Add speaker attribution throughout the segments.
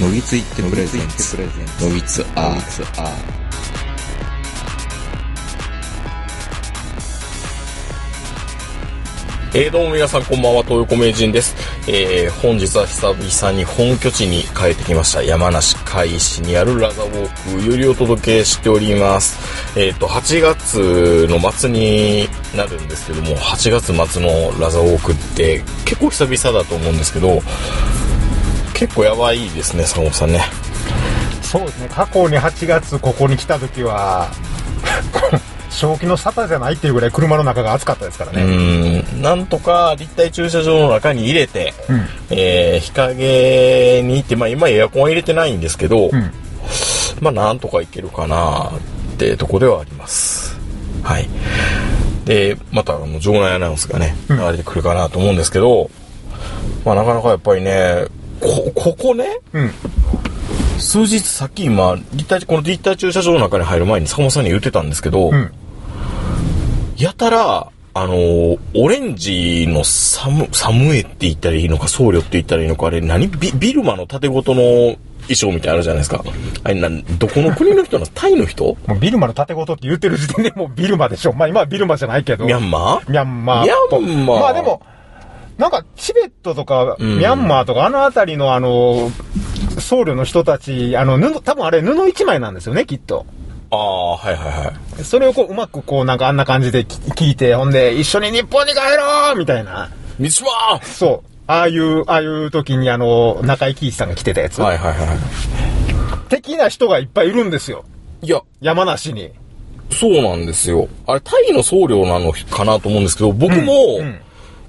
Speaker 1: のびついってプレゼンツのびつアーツアー
Speaker 2: えー、どうも皆さんこんばんは、東横名人です。えー、本日は久々に本拠地に帰ってきました。山梨海市にあるラザウォークよりお届けしております。えっ、と、8月の末になるんですけども、8月末のラザウォークって結構久々だと思うんですけど、結構やばいですね、坂本さんね。
Speaker 3: そうですね過去に8月ここに来た時は 正気の沙汰じゃないっていうぐらい車の中が暑かったですから
Speaker 2: う
Speaker 3: ね、
Speaker 2: ーんなんとか立体駐車場の中に入れて、
Speaker 3: ん
Speaker 2: えー日陰に行って、まあ、今エアコンは入れてないんですけど、
Speaker 3: ん
Speaker 2: まあなんとか行けるかなってとこではありますはいでまたあの場内アナウンスがね流れてくるかなと思うんですけど、まあ、なかなかやっぱりねこここね
Speaker 3: うん、
Speaker 2: 数日さっき今立体この立体駐車場の中に入る前に坂本さんに言ってたんですけど、
Speaker 3: ん
Speaker 2: やたらあのーオレンジのサムサムエって言ったらいいのか僧侶って言ったらいいのかあれ何ビビルマの縦ごとの衣装みたいなのあるじゃないですかあれなんどこの国の人なのタイの人
Speaker 3: もうビルマの縦ごとって言ってる時点でもうビルマでしょまあ今はビルマじゃないけど
Speaker 2: ミャンマー
Speaker 3: ミャンマーと
Speaker 2: ミャンマー
Speaker 3: まあでもなんかチベットとか
Speaker 2: ん
Speaker 3: ミャンマーとかあの辺りのあの僧侶の人たちあの布多分あれ布一枚なんですよねきっと
Speaker 2: ああはいはいはい
Speaker 3: それをこううまくこうなんかあんな感じでき聞いてほんで一緒に日本に帰ろうみたいな
Speaker 2: 三島は
Speaker 3: そう。ああいう、ああいう時にあの、中井貴一さんが来てたやつ、
Speaker 2: いはいは
Speaker 3: 的な人がいっぱいいるんですよ。
Speaker 2: いいや
Speaker 3: 山梨に。
Speaker 2: そうなんですよ。あれ、タイの僧侶なのかなと思うんですけど、僕も、
Speaker 3: ん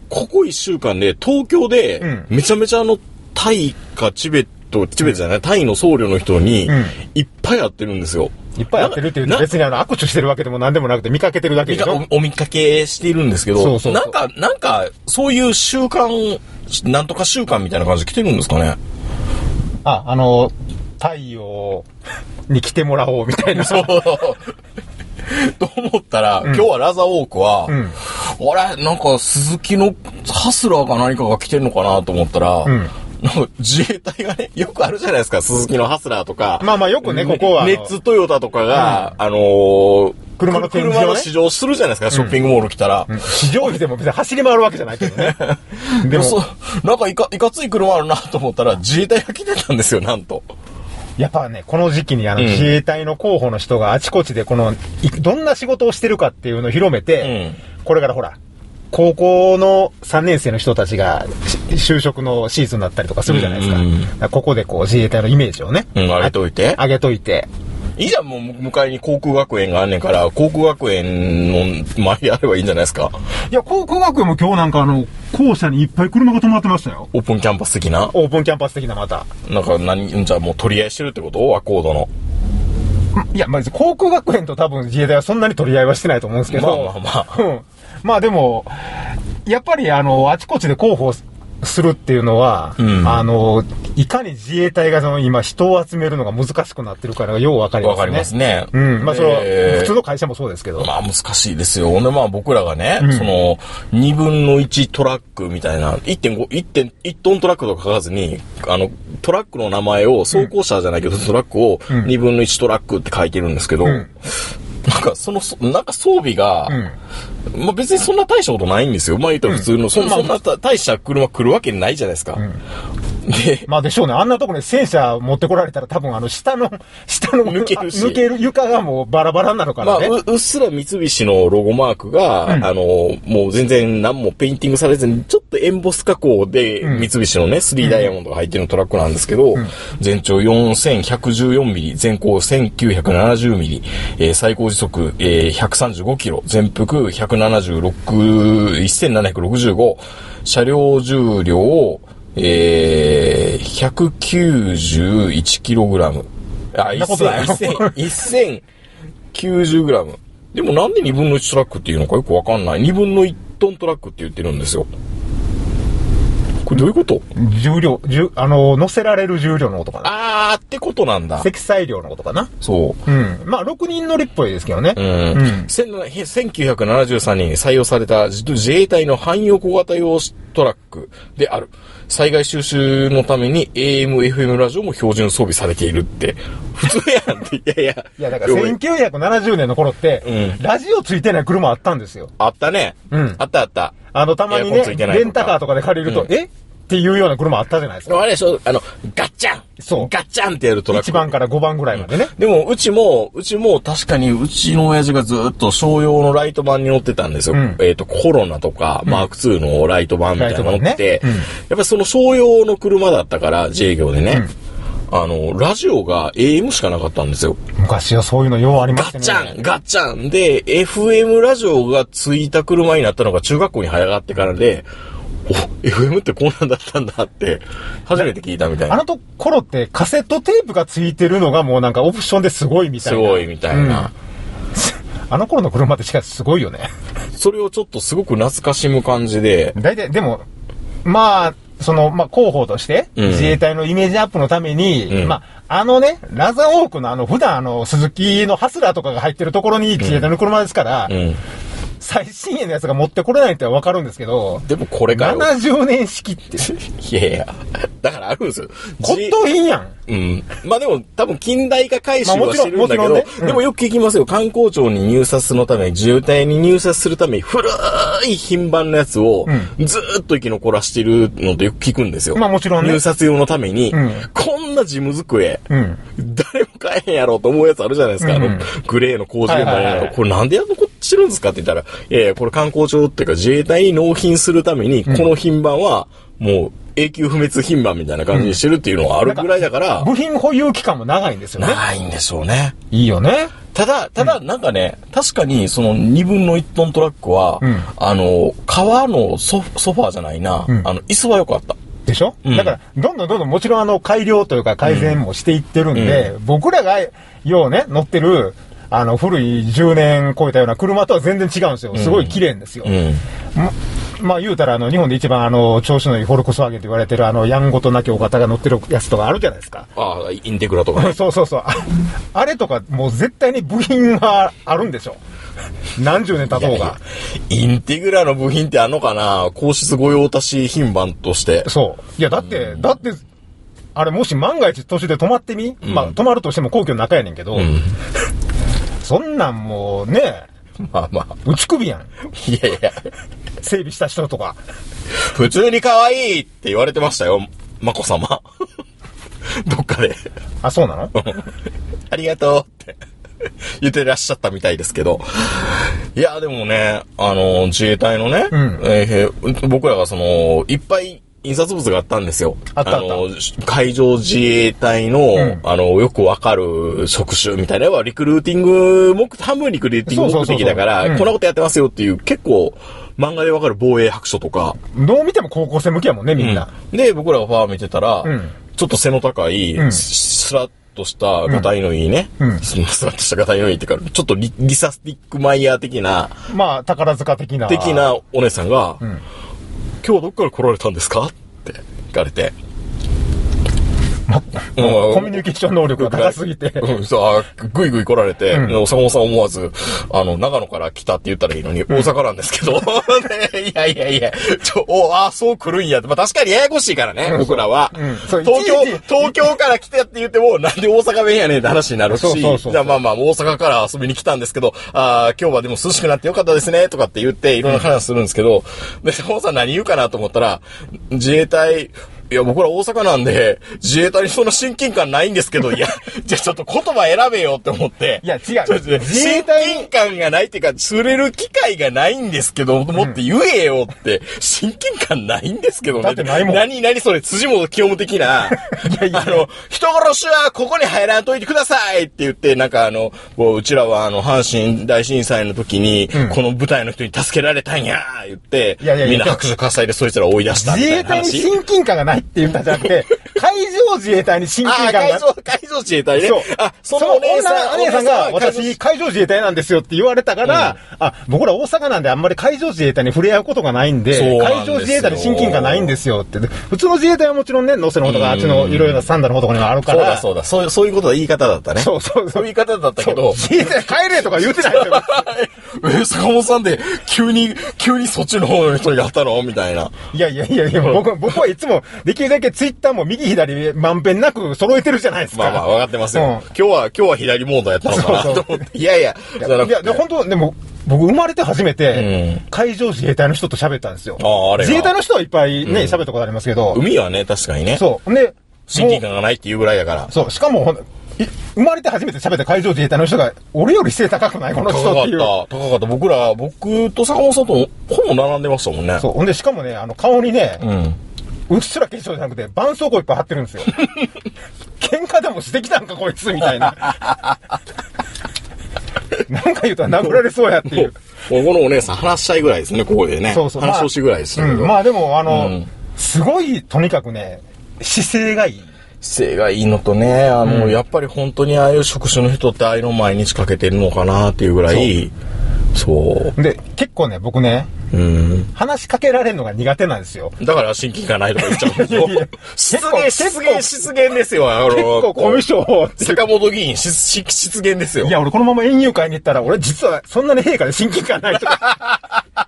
Speaker 2: ここ一週間で、東京で
Speaker 3: ん、
Speaker 2: めちゃめちゃあの、タイかチベット、チベットじゃない、タイの僧侶の人に
Speaker 3: ん、
Speaker 2: いっぱい会ってるんですよ。
Speaker 3: いっぱいやってるっていう
Speaker 2: な
Speaker 3: と
Speaker 2: な
Speaker 3: 別にあの、握手してるわけでも何でもなくて見かけてるだけ
Speaker 2: 見
Speaker 3: でしょ
Speaker 2: かおお見かけしているんですけど、
Speaker 3: そうそうそう
Speaker 2: なんか、なんか、そういう習慣、なんとか習慣みたいな感じで来てるんですかね。
Speaker 3: あ、あの、太陽に来てもらおうみたいな。
Speaker 2: そう。 と思ったら、今日はラザウォークは、あれ、なんか鈴木のハスラーか何かが来てんのかなと思ったら、
Speaker 3: ん
Speaker 2: なんか自衛隊がね、 よくあるじゃないですか、鈴木のハスラーとか。
Speaker 3: まあまあよくねここはあの
Speaker 2: ネッツトヨタとかが、あのー
Speaker 3: 車の展示をね
Speaker 2: 車の試乗するじゃないですか、ショッピングモール来たら。
Speaker 3: 非常時でも別に走り回るわけじゃないけどね。で
Speaker 2: でもそ
Speaker 3: も、
Speaker 2: うなんかいかいかつい車あるなと思ったら、自衛隊が来てたんですよ、なんと。
Speaker 3: やっぱね、この時期にあの、
Speaker 2: うん
Speaker 3: 自衛隊の候補の人があちこちでこの、いどんな仕事をしてるかっていうのを広めて、これからほら、高校の3年生の人たちがし就職のシーズンだったりとかするじゃないですか。
Speaker 2: うんうんうん
Speaker 3: だからここでこう自衛隊のイメージをね、
Speaker 2: うん、あれといて。
Speaker 3: 上げといて、
Speaker 2: いいじゃん、もう向かいに航空学園があんねんから、航空学園の前にあればいいんじゃないですか。
Speaker 3: いや、高校学園も今日なんかあの、校舎にいっぱい車が止まってましたよ。
Speaker 2: オープンキャンパス的な。
Speaker 3: オープンキャンパス的なまた。
Speaker 2: なんか何、じゃあもう取り合いしてるってことアコードの。
Speaker 3: いや、まあ、航空学園と多分自衛隊はそんなに取り合いはしてないと思うんですけど。
Speaker 2: まあまあま
Speaker 3: うん。まあでも、やっぱりあの、あちこちで広報するっていうのは、
Speaker 2: うん
Speaker 3: あの、いかに自衛隊がその今人を集めるのが難しくなってるからがようわかります
Speaker 2: わか
Speaker 3: ね。
Speaker 2: ります。ね。
Speaker 3: うん。まあそれは、
Speaker 2: えー
Speaker 3: 普通の会社もそうですけど。
Speaker 2: まあ難しいですよ。ほんでまあ僕らがね、その、2分の1トラックみたいな、1.5、1.1トントラックとか書かずに、あの、トラックの名前を、走行車じゃないけど、トラックを2分の1トラックって書いてるんですけど、
Speaker 3: ん
Speaker 2: なんかその、そなんか装備が、まあ別にそんな大したことないんですよ。まあ言ったら普通の、そんそんなた大した車来るわけないじゃないですか。で、
Speaker 3: まあでしょうね。あんなとこに戦車持ってこられたら多分あの下の、 下の
Speaker 2: 抜けるし
Speaker 3: 抜ける床がもうバラバラになるか
Speaker 2: まあ、
Speaker 3: らね。
Speaker 2: ううっすら三菱のロゴマークが、あの、もう全然何もペインティングされずに、ちょっとエンボス加工で、三菱のね、3ダイヤモンドが入ってるトラックなんですけど、全長4114ミリ、全高1970ミリ、えー最高時速、えー135キロ、全幅176、1765、車両重量を、えー、191キログラム。あ、
Speaker 3: んなことない
Speaker 2: 1000 1000 90g。でもなんで2分の1トラックっていうのかよくわかんない。2分の1トントラックって言ってるんですよ。これどういうこと
Speaker 3: 重量、重、あの、乗せられる重量のことかな。
Speaker 2: あーってことなんだ。
Speaker 3: 積載量のことかな。
Speaker 2: そう。
Speaker 3: うん。まあ、6人乗りっぽいですけどね。
Speaker 2: うんせん1973年に採用された自自衛隊の汎用小型用トラックである。災害収集のために AM、FM ラジオも標準装備されているって。普通やんって。いやいや。
Speaker 3: いや、だから1970年の頃って、
Speaker 2: うん
Speaker 3: ラジオついてない車あったんですよ。
Speaker 2: あったね。
Speaker 3: うん
Speaker 2: あったあった。
Speaker 3: あの、たまに
Speaker 2: エア
Speaker 3: ね、
Speaker 2: コンついてないとか
Speaker 3: レンタカーとかで借りると、
Speaker 2: うん
Speaker 3: えっていうような車あったじゃないです
Speaker 2: でも
Speaker 3: か。
Speaker 2: あれでしょあの、ガッチャン
Speaker 3: そう
Speaker 2: ガッチャンってやるトラック。
Speaker 3: 1番から5番ぐらいまでね。
Speaker 2: でも、うちも、うちも確かに、うちの親父がずっと商用のライト版に乗ってたんですよ。
Speaker 3: うん
Speaker 2: えっ、と、コロナとか、マーク2のライト版みたいなの乗って
Speaker 3: ライ
Speaker 2: て、
Speaker 3: ト版ねうん
Speaker 2: やっぱその商用の車だったから、自営業でね、あの、ラジオが AM しかなかったんですよ。
Speaker 3: 昔はそういうのようありま
Speaker 2: ガ
Speaker 3: した
Speaker 2: ッ
Speaker 3: ね。
Speaker 2: チャンガッチャンで、FM ラジオがついた車になったのが中学校に早がってからで、お、FM ってこんなんだったんだって、初めて聞いたみたいな
Speaker 3: あ。のと頃ってカセットテープがついてるのがもうなんかオプションですごいみたい
Speaker 2: す
Speaker 3: な。
Speaker 2: ごいみたいな。
Speaker 3: あの頃の車ってしかしすごいよね。
Speaker 2: それをちょっとすごく懐かしむ感じで、
Speaker 3: 大体、でも、まあ、その、まあ、広報として、
Speaker 2: うん
Speaker 3: 自衛隊のイメージアップのために、
Speaker 2: うん
Speaker 3: まあ、あのね、ラザンオークのあの、普段あの、鈴木のハスラーとかが入ってるところに自衛隊の車ですから、
Speaker 2: うん。
Speaker 3: 最新鋭のやつが持ってこれないってわかるんですけど、
Speaker 2: でもこれがよ。
Speaker 3: 70年式って、
Speaker 2: いやいや。だからあるんですよ。
Speaker 3: 骨董品やん。
Speaker 2: うん。まあでも多分近代化改修
Speaker 3: まあも
Speaker 2: は
Speaker 3: ちろ
Speaker 2: し
Speaker 3: ん
Speaker 2: てるんだけど、
Speaker 3: もちろんねうん
Speaker 2: でもよく聞きますよ。観光庁に入札するため、自衛隊に入札するために古い品番のやつをずーっと生き残らしてるのってよく聞くんですよ。
Speaker 3: まあもちろんね
Speaker 2: 入札用のために、
Speaker 3: うん
Speaker 2: こんな事務机、
Speaker 3: うん。
Speaker 2: 誰も買えへんやろうと思うやつあるじゃないですか。
Speaker 3: うん
Speaker 2: あの、グレーの工事現場
Speaker 3: はいはいはい
Speaker 2: の
Speaker 3: はい
Speaker 2: これなんでやっこっちるんですかって言ったら、いやいや、これ観光庁っていうか自衛隊に納品するために、この品番はもう永久不滅品番みたいな感じにしてるっていうのはあるぐらいだから、
Speaker 3: 部品保有期間も長いんですよね。
Speaker 2: ないんでしょうね。
Speaker 3: いいよね。
Speaker 2: ただ、ただ、なんかね、確かに、その、2分の1トントラックは、
Speaker 3: うん
Speaker 2: あの、革のソフソファーじゃないな、
Speaker 3: うん
Speaker 2: あの、椅子は良かった。
Speaker 3: でしょ、
Speaker 2: うん
Speaker 3: だから、どんどんどんどんもちろんあの改良というか改善もしていってるんで、僕らがようね、乗ってる、あの、古い10年超えたような車とは全然違うんですよ。すごい綺麗んですよ。
Speaker 2: うん。
Speaker 3: まあ言うたら、あの、日本で一番あの、調子のいいフォルクスワーゲンと言われてるあの、やんごとなきお方が乗ってるやつとかあるじゃないですか。
Speaker 2: ああ、インテグラとか ね。
Speaker 3: そうそうそう。ああれとか、もう絶対に部品はあるんでしょ。何十年経とうが。
Speaker 2: インテグラの部品ってあんのかな皇室御用達品番として。
Speaker 3: そう。いや、だって、だって、あれもし万が一途中で止まってみ、まあ止まるとしても皇居の中やねんけど、
Speaker 2: うん。
Speaker 3: そんなんもうね、
Speaker 2: まあまあ。
Speaker 3: 打ち首やん。
Speaker 2: いやいや、
Speaker 3: 整備した人とか。
Speaker 2: 普通に可愛いって言われてましたよ、まこさま。 どっかで。
Speaker 3: あ、そ うなの
Speaker 2: ありがとうって 言ってらっしゃったみたいですけど。いや、でもね、あの、自衛隊のね、
Speaker 3: うん
Speaker 2: えー僕らがその、いっぱい印刷物があったんですよ。
Speaker 3: あったあった
Speaker 2: の、海上自衛隊の、
Speaker 3: ん
Speaker 2: あの、よくわかる職種みたいなのは、リクルーティング目、半分リクルーティング目的だか
Speaker 3: そうそうそうそうう
Speaker 2: ら、
Speaker 3: ん
Speaker 2: こんなことやってますよっていう、結構、漫画でわかる防衛白書とか、
Speaker 3: どう見ても高校生向きやもんね、みんな。
Speaker 2: で、僕らがファー見てたら、
Speaker 3: うん
Speaker 2: ちょっと背の高い、
Speaker 3: うん
Speaker 2: スラッとしたガタイのいいね。
Speaker 3: うん
Speaker 2: そのスラッとしたガタイのいいっていうか、ちょっとリリサスティックマイヤー的な、
Speaker 3: まあ、宝塚的な。
Speaker 2: 的。なお姉さんが、
Speaker 3: ん
Speaker 2: 今日どっから来られたんですかって聞かれて。うん
Speaker 3: コミュニケーション能力が高す ぎて。
Speaker 2: うん、そう、あぐいぐい来られて、
Speaker 3: うん
Speaker 2: 坂本さん思わず、あの、長野から来たって言ったらいいのに、大阪なんですけど、 ねいやいやいや、ちょ、お、あ、そう来るんやって、まあ確かにややこしいからね、僕らは。
Speaker 3: うんそう
Speaker 2: 東京
Speaker 3: いちいち、
Speaker 2: 東京から来てって言っても、なんで大阪弁やねんって話になる
Speaker 3: そうそうそうそ
Speaker 2: し、
Speaker 3: う
Speaker 2: じゃあまあまあ、大阪から遊びに来たんですけど、あー今日はでも涼しくなってよかったですね、とかって言って、いろんな話するんですけ ど、で、坂本さん何言うかなと思ったら、自衛隊、いや、僕ら大阪なんで、自衛隊にそんな親近感ないんですけど、い や、じゃあちょっと言葉選べよって思って。
Speaker 3: いや違う
Speaker 2: ちょっとね
Speaker 3: 自衛
Speaker 2: 親
Speaker 3: 隊
Speaker 2: 近感がないっていうか、釣れる機会がないんですけど、もって言えよって、親近感ないんですけどね。
Speaker 3: だってないもん
Speaker 2: 何、何それ、辻元清美的な。
Speaker 3: やいや
Speaker 2: あの、人殺しはここに入らんといてくださいって言って、なんかあの、もううちらはあの、阪神大震災の時に、
Speaker 3: ん
Speaker 2: この部隊の人に助けられたんや言って、
Speaker 3: いやいやい
Speaker 2: み
Speaker 3: や
Speaker 2: んな拍手喝采でそいつらを追い出したみ
Speaker 3: 自
Speaker 2: たい
Speaker 3: 衛
Speaker 2: な
Speaker 3: 隊に
Speaker 2: 話。
Speaker 3: 親近感がないって言ったんじゃな くて、海上自衛隊に親
Speaker 2: あ
Speaker 3: 近
Speaker 2: あ、
Speaker 3: 感
Speaker 2: 海
Speaker 3: が。
Speaker 2: 上、海上自衛隊ね
Speaker 3: そう。。
Speaker 2: あ、そのお姉さん、
Speaker 3: お姉さんが、
Speaker 2: お姉さん
Speaker 3: 私、海上自衛隊なんですよって言われたから、あ、僕ら大阪なんであんまり海上自衛隊に触れ合うことがないんで、
Speaker 2: そうなんですよ
Speaker 3: 海上自衛隊に親近感ないんですよって。で普通の自衛隊はもちろんね、能勢の方とか、あっちのいろいろなサンダの方とかにもあるか
Speaker 2: そうだ
Speaker 3: ら、
Speaker 2: そうだ、そういう、そういうことだ、言い方だったね。
Speaker 3: そうそうそう
Speaker 2: そういう言い方だったけど、
Speaker 3: 自衛隊帰れとか言ってないで すよ。
Speaker 2: え、坂本さんで、急に、急にそっちの方の人にやったのみたいな。
Speaker 3: いやいやいやいや、僕は、僕はいつも、できるだけツイッターも右左まんべんなく揃えてるじゃないですか。
Speaker 2: まあま あ、わかってますよ。
Speaker 3: うん
Speaker 2: 今日は、今日は左モードやったのかな
Speaker 3: そうそう
Speaker 2: と思って。いやいや、じゃなく
Speaker 3: い
Speaker 2: て
Speaker 3: や、で本当でも、僕生まれて初めて、
Speaker 2: う
Speaker 3: 海上自衛隊の人と喋ったんですよ。
Speaker 2: あああれが
Speaker 3: 自衛隊の人はいっぱいね、喋、ったことありますけど、
Speaker 2: 海はね、確かにね。
Speaker 3: そう。で、
Speaker 2: 親近
Speaker 3: も
Speaker 2: 感がないっていうぐらいだから
Speaker 3: う。そう、しかもほんい生まれて初めて喋った海上自衛隊の人が、俺より背高くないこの人
Speaker 2: 高か
Speaker 3: っ
Speaker 2: ってた
Speaker 3: いう。、
Speaker 2: 高かった。僕ら、僕と坂本さんとほぼ並んでましたもんね。
Speaker 3: そう。ほんで、しかもね、あの、顔にね、
Speaker 2: うん。
Speaker 3: うっすら化粧じゃなくて、絆創膏いっぱい貼ってるんで すよ。喧嘩でもしてきたんか、こいつ、みたいな。なんか言うと殴られそうやっていう。
Speaker 2: もうこのお姉さん話したいぐらいですね、ここでね。
Speaker 3: そうそう。
Speaker 2: 話をしぐらいですけ
Speaker 3: う
Speaker 2: ど。
Speaker 3: んまあでも、あの、
Speaker 2: うん
Speaker 3: すごい、とにかくね、姿勢がいい。
Speaker 2: 姿勢がいいのとね、あの、やっぱり本当にああいう職種の人ってああいうの毎日かけてるのかなっていうぐらい、そう。
Speaker 3: で、結構ね、僕ね、
Speaker 2: うん。
Speaker 3: 話しかけられるのが苦手なんですよ。
Speaker 2: だから親近感ないとか言っちゃうんですよ
Speaker 3: いやいや。
Speaker 2: 失
Speaker 3: 結構
Speaker 2: 言、失言、失言ですよ。あの、
Speaker 3: 結構コミュ障って
Speaker 2: 坂本議員、失失失言ですよ。
Speaker 3: いや、俺このまま園遊会に行ったら、俺実はそんなに陛下で親近感ないとか。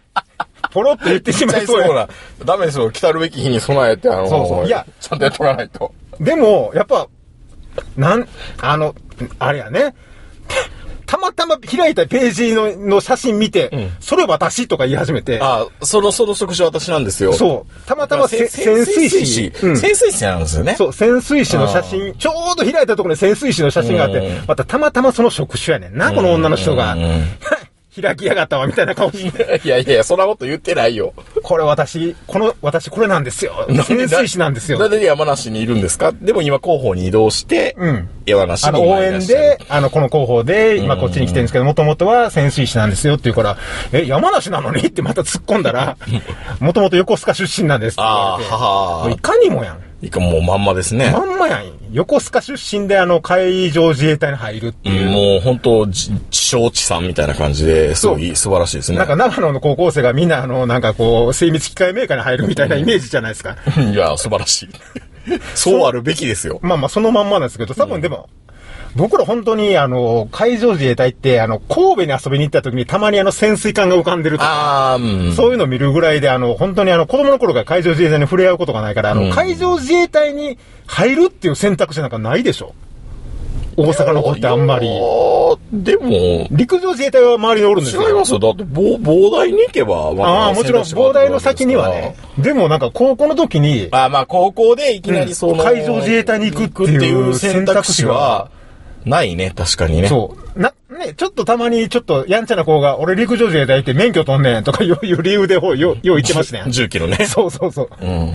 Speaker 3: ポロッと言ってし
Speaker 2: 絶
Speaker 3: ま
Speaker 2: 対
Speaker 3: いそ
Speaker 2: そうう
Speaker 3: や。
Speaker 2: な。ダメですよ。来たるべき日に備えて、あの、
Speaker 3: そうそういや
Speaker 2: ちゃんとやっとかないと。
Speaker 3: でも、やっぱ、なん、あの、あれやね。たまたま開いたページのの写真見て、それ私とか言い始めて、
Speaker 2: あ、その、その職種は私なんですよ。
Speaker 3: そう、たまたませ
Speaker 2: 潜
Speaker 3: 潜
Speaker 2: 水
Speaker 3: 水
Speaker 2: 士
Speaker 3: 士。
Speaker 2: うん
Speaker 3: うん
Speaker 2: 潜水士なんですよね。
Speaker 3: そう、潜水士の写真、ちょうど開いたところに潜水士の写真があっ
Speaker 2: う
Speaker 3: て、またたまたまその職種やねんな、この女の人が
Speaker 2: うんうん。
Speaker 3: 開きやがったわ、みたいな顔し て。
Speaker 2: いやいやいや、そんなこと言ってないよ。
Speaker 3: これ私、この、私これなんですよ。潜水士なんですよ
Speaker 2: な。ぜ山梨にいるんですかでも今広報に移動して、
Speaker 3: うん
Speaker 2: 山梨
Speaker 3: あ
Speaker 2: に
Speaker 3: の、
Speaker 2: 今
Speaker 3: 応
Speaker 2: いらっ
Speaker 3: 援
Speaker 2: しゃる
Speaker 3: で、あの、この広報で、今こっちに来てるんですけど、もともとは潜水士なんですよっていうから、え、山梨なのにってまた突っ込んだら、もともと横須賀出身なんですって言われて
Speaker 2: あーはは
Speaker 3: もういかにもやん。
Speaker 2: いかもうまんまですね。
Speaker 3: まんまやん。横須賀出身で、あの、海上自衛隊に入るって
Speaker 2: うん
Speaker 3: いう。
Speaker 2: もう本当、じ自称地さんみたいな感じで、すごい素晴らしいですね。
Speaker 3: なんか長野の高校生がみんなあの、なんかこう、精密機械メーカーに入るみたいなイメージじゃないですか。
Speaker 2: いや、素晴らしい。そうあるべきですよ。
Speaker 3: まあまあ、そのまんまなんですけど、多分でも、僕ら本当に、あの、海上自衛隊って、あの、神戸に遊びに行った時にたまにあの、潜水艦が浮かんでるとか、
Speaker 2: あー、うん。
Speaker 3: そういうのを見るぐらいで、あの、本当にあの、子供の頃から海上自衛隊に触れ合うことがないから、あの、海上自衛隊に入るっていう選択肢なんかないでしょ大阪の子ってあんまり
Speaker 2: いや。ーでも、
Speaker 3: 陸上自衛隊は周りにおるんですよ。
Speaker 2: 違いますよ。だって、膨膨大に行けば、ま
Speaker 3: ああ、
Speaker 2: た
Speaker 3: もちろん、
Speaker 2: 選択肢が
Speaker 3: 膨大の先にはね。でもなんか、高校の時に、
Speaker 2: まあまあ、高校でいきなりその、
Speaker 3: うん海上自衛隊に行くっていう
Speaker 2: 選択肢は、ないね、確かにね。。
Speaker 3: そう。な、ね、ちょっとたまに、ちょっと、やんちゃな子が、俺陸上自衛隊って免許取んねんとかいういう理由で、ほうよ、よう言ってますね
Speaker 2: 10キロね。
Speaker 3: そうそうそう。
Speaker 2: うん。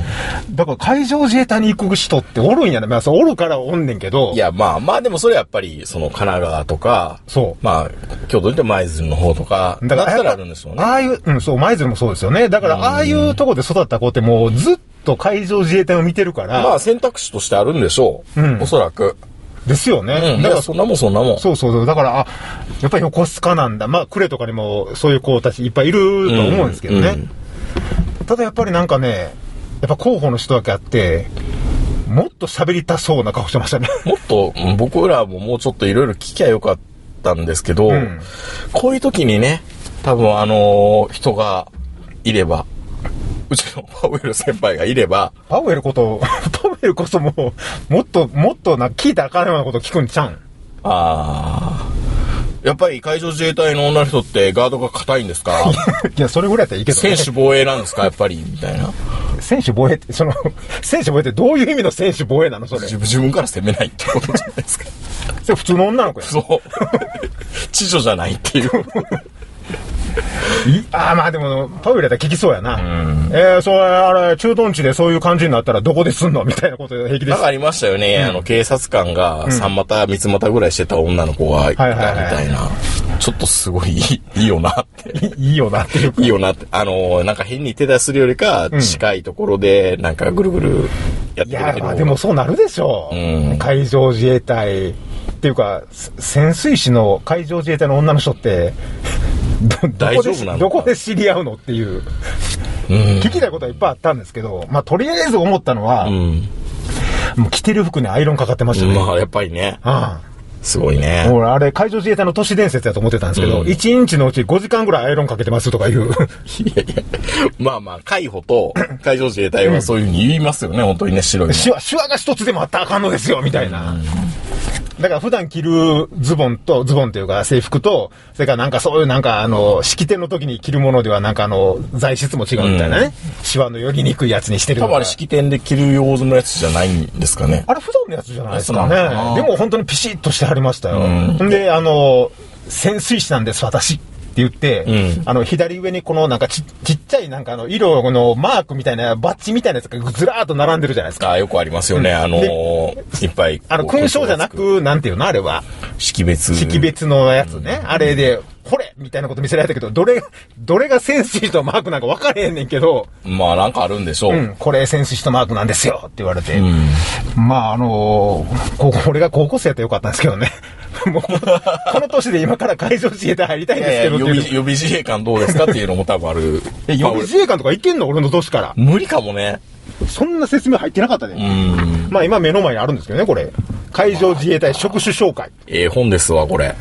Speaker 3: だから、海上自衛隊に行く人っておるんやな。まあ、そう、おるからおんねんけど。
Speaker 2: い。や、まあまあ、でもそれやっぱり、その、神奈川とか、
Speaker 3: そう
Speaker 2: まあ、京都で舞鶴の方とか、だか、
Speaker 3: だからら
Speaker 2: ったらあるんですよね。
Speaker 3: ああいう、うん、そう、舞鶴もそうですよね。だから、ああいうとこで育った子ってもう、ずっと海上自衛隊を見てるから。
Speaker 2: まあ、選択肢としてあるんでしょう。
Speaker 3: うん
Speaker 2: おそらく。
Speaker 3: ですよね。
Speaker 2: うん。だか、
Speaker 3: だからら、
Speaker 2: そんなもんそんなもん。
Speaker 3: そうそうそう。だから、あ、やっぱり横須賀なんだ。まあ、呉とかにもそういう子たちいっぱいいると思うんですけどね。
Speaker 2: うん
Speaker 3: ただやっぱりなんかね、やっぱ候補の人だけあって、もっと喋りたそうな顔してましたね。
Speaker 2: もっとうん僕らももうちょっといろいろ聞きゃよかったんですけど、
Speaker 3: ん
Speaker 2: こういう時にね、多分あのー人がいれば、うちのパウエル先輩がいれば、
Speaker 3: パウエルこと、 パウエルこそもう、もっと、もっとな、聞いたらあかんようなこと聞くん ちゃうん。
Speaker 2: あーやっぱり海上自衛隊の女の人ってガードが硬いんですか
Speaker 3: いや、それぐらいやったらいいけど、
Speaker 2: 選
Speaker 3: ね、
Speaker 2: 手防衛なんですかやっぱりみたいな。
Speaker 3: 選手防衛って、その、選手防衛ってどういう意味の選手防衛なのそれ。
Speaker 2: 自分自分から攻めないってことじゃないですか。
Speaker 3: それ普通の女の子や。
Speaker 2: そう。 知女じゃないっていう。
Speaker 3: いああ、まあでも、パウエルやったら聞きそうやな。えー、それ、あれ、駐屯地でそういう感じになったらどこですんのみ たいなこと平気で
Speaker 2: な
Speaker 3: す
Speaker 2: んか。ありましたよね。あの、警察官が三股、三つ股ぐらいしてた女の子がいた
Speaker 3: はい
Speaker 2: み
Speaker 3: はいはい
Speaker 2: たいな。ちょっとすごい いいいいよな って。
Speaker 3: いいよなっていうか
Speaker 2: いいよなって。あの、なんか変に手出するよりか、近いところで、なんかぐるぐるやって
Speaker 3: い
Speaker 2: くれ
Speaker 3: や
Speaker 2: てる方
Speaker 3: まあ
Speaker 2: が
Speaker 3: でもそうなるでしょう、
Speaker 2: うん
Speaker 3: 海上自衛隊っていうかす潜水士の海上自衛隊の女の人ってどど
Speaker 2: 大
Speaker 3: こ
Speaker 2: 丈
Speaker 3: で
Speaker 2: 夫なのか
Speaker 3: どこで知り合うのっていう
Speaker 2: うん
Speaker 3: 聞きたいことはいっぱいあったんですけど、まあ、とりあえず思ったのは、
Speaker 2: うん。
Speaker 3: もう着てる服にアイロンかかってましたね、
Speaker 2: まあ、やっぱりね。
Speaker 3: あ
Speaker 2: すごいね
Speaker 3: あ。俺、あれ、海上自衛隊の都市伝説だと思ってたんですけど、
Speaker 2: うん
Speaker 3: 1日のうち5時間ぐらいアイロンかけてますとかいう。
Speaker 2: いやいや。まあまあ、海保 と海上自衛隊はそういうふうに言いますよね、本当にね、白いの。
Speaker 3: シワ、シワが一つでもあったらあかんのですよ、みたいな。だから普段着るズボンと、ズボンというか制服と、それからなんかそういうなんかあの、式典の時に着るものではなんかあの、材質も違うみたいなね。シワの寄りにくいやつにしてる
Speaker 2: 多
Speaker 3: と
Speaker 2: 分あ
Speaker 3: か
Speaker 2: れ。式典で着る用のやつじゃないんですかね。
Speaker 3: あれ普段のやつじゃないですか
Speaker 2: そうなのかな
Speaker 3: ね。でも本当にピシッとしてはりましたよ。ん、で、あの、潜水士なんです、私。って言って、
Speaker 2: うん
Speaker 3: あの、左上にこのなんかちちっちゃいなんかあの、色のマークみたいな、バッジみたいなやつがずらーっと並んでるじゃないですか。
Speaker 2: あよくありますよね、あのー、いっぱい。
Speaker 3: あの、
Speaker 2: こう
Speaker 3: 勲章じゃな、く、なんていうのあれは。
Speaker 2: 識別。
Speaker 3: 識。別のやつね。あれで、これみたいなこと見せられたけど、どれ、どれが潜水士とマークなんか分かれへんねんけど、
Speaker 2: まあなんかあるんでしょう。
Speaker 3: うん、これ潜水士とマークなんですよって言われて。
Speaker 2: ん
Speaker 3: まあ、あのーここ俺が高校生やったらよかったんですけどね。 もう、このこの年で今から海上自衛隊入りたいん
Speaker 2: い
Speaker 3: です
Speaker 2: やい
Speaker 3: け
Speaker 2: や
Speaker 3: ど
Speaker 2: 予
Speaker 3: って
Speaker 2: 備
Speaker 3: いう
Speaker 2: 予備自衛官どうですかっていうのも多分ある。
Speaker 3: え予備自衛官とかいけんの俺の年から。
Speaker 2: まあ俺無理かもね。
Speaker 3: そんな説明入ってなかったで、
Speaker 2: うん。
Speaker 3: まあ今目の前にあるんですけどね、これ。海上自衛隊職種紹介。
Speaker 2: ええ本ですわ、これ。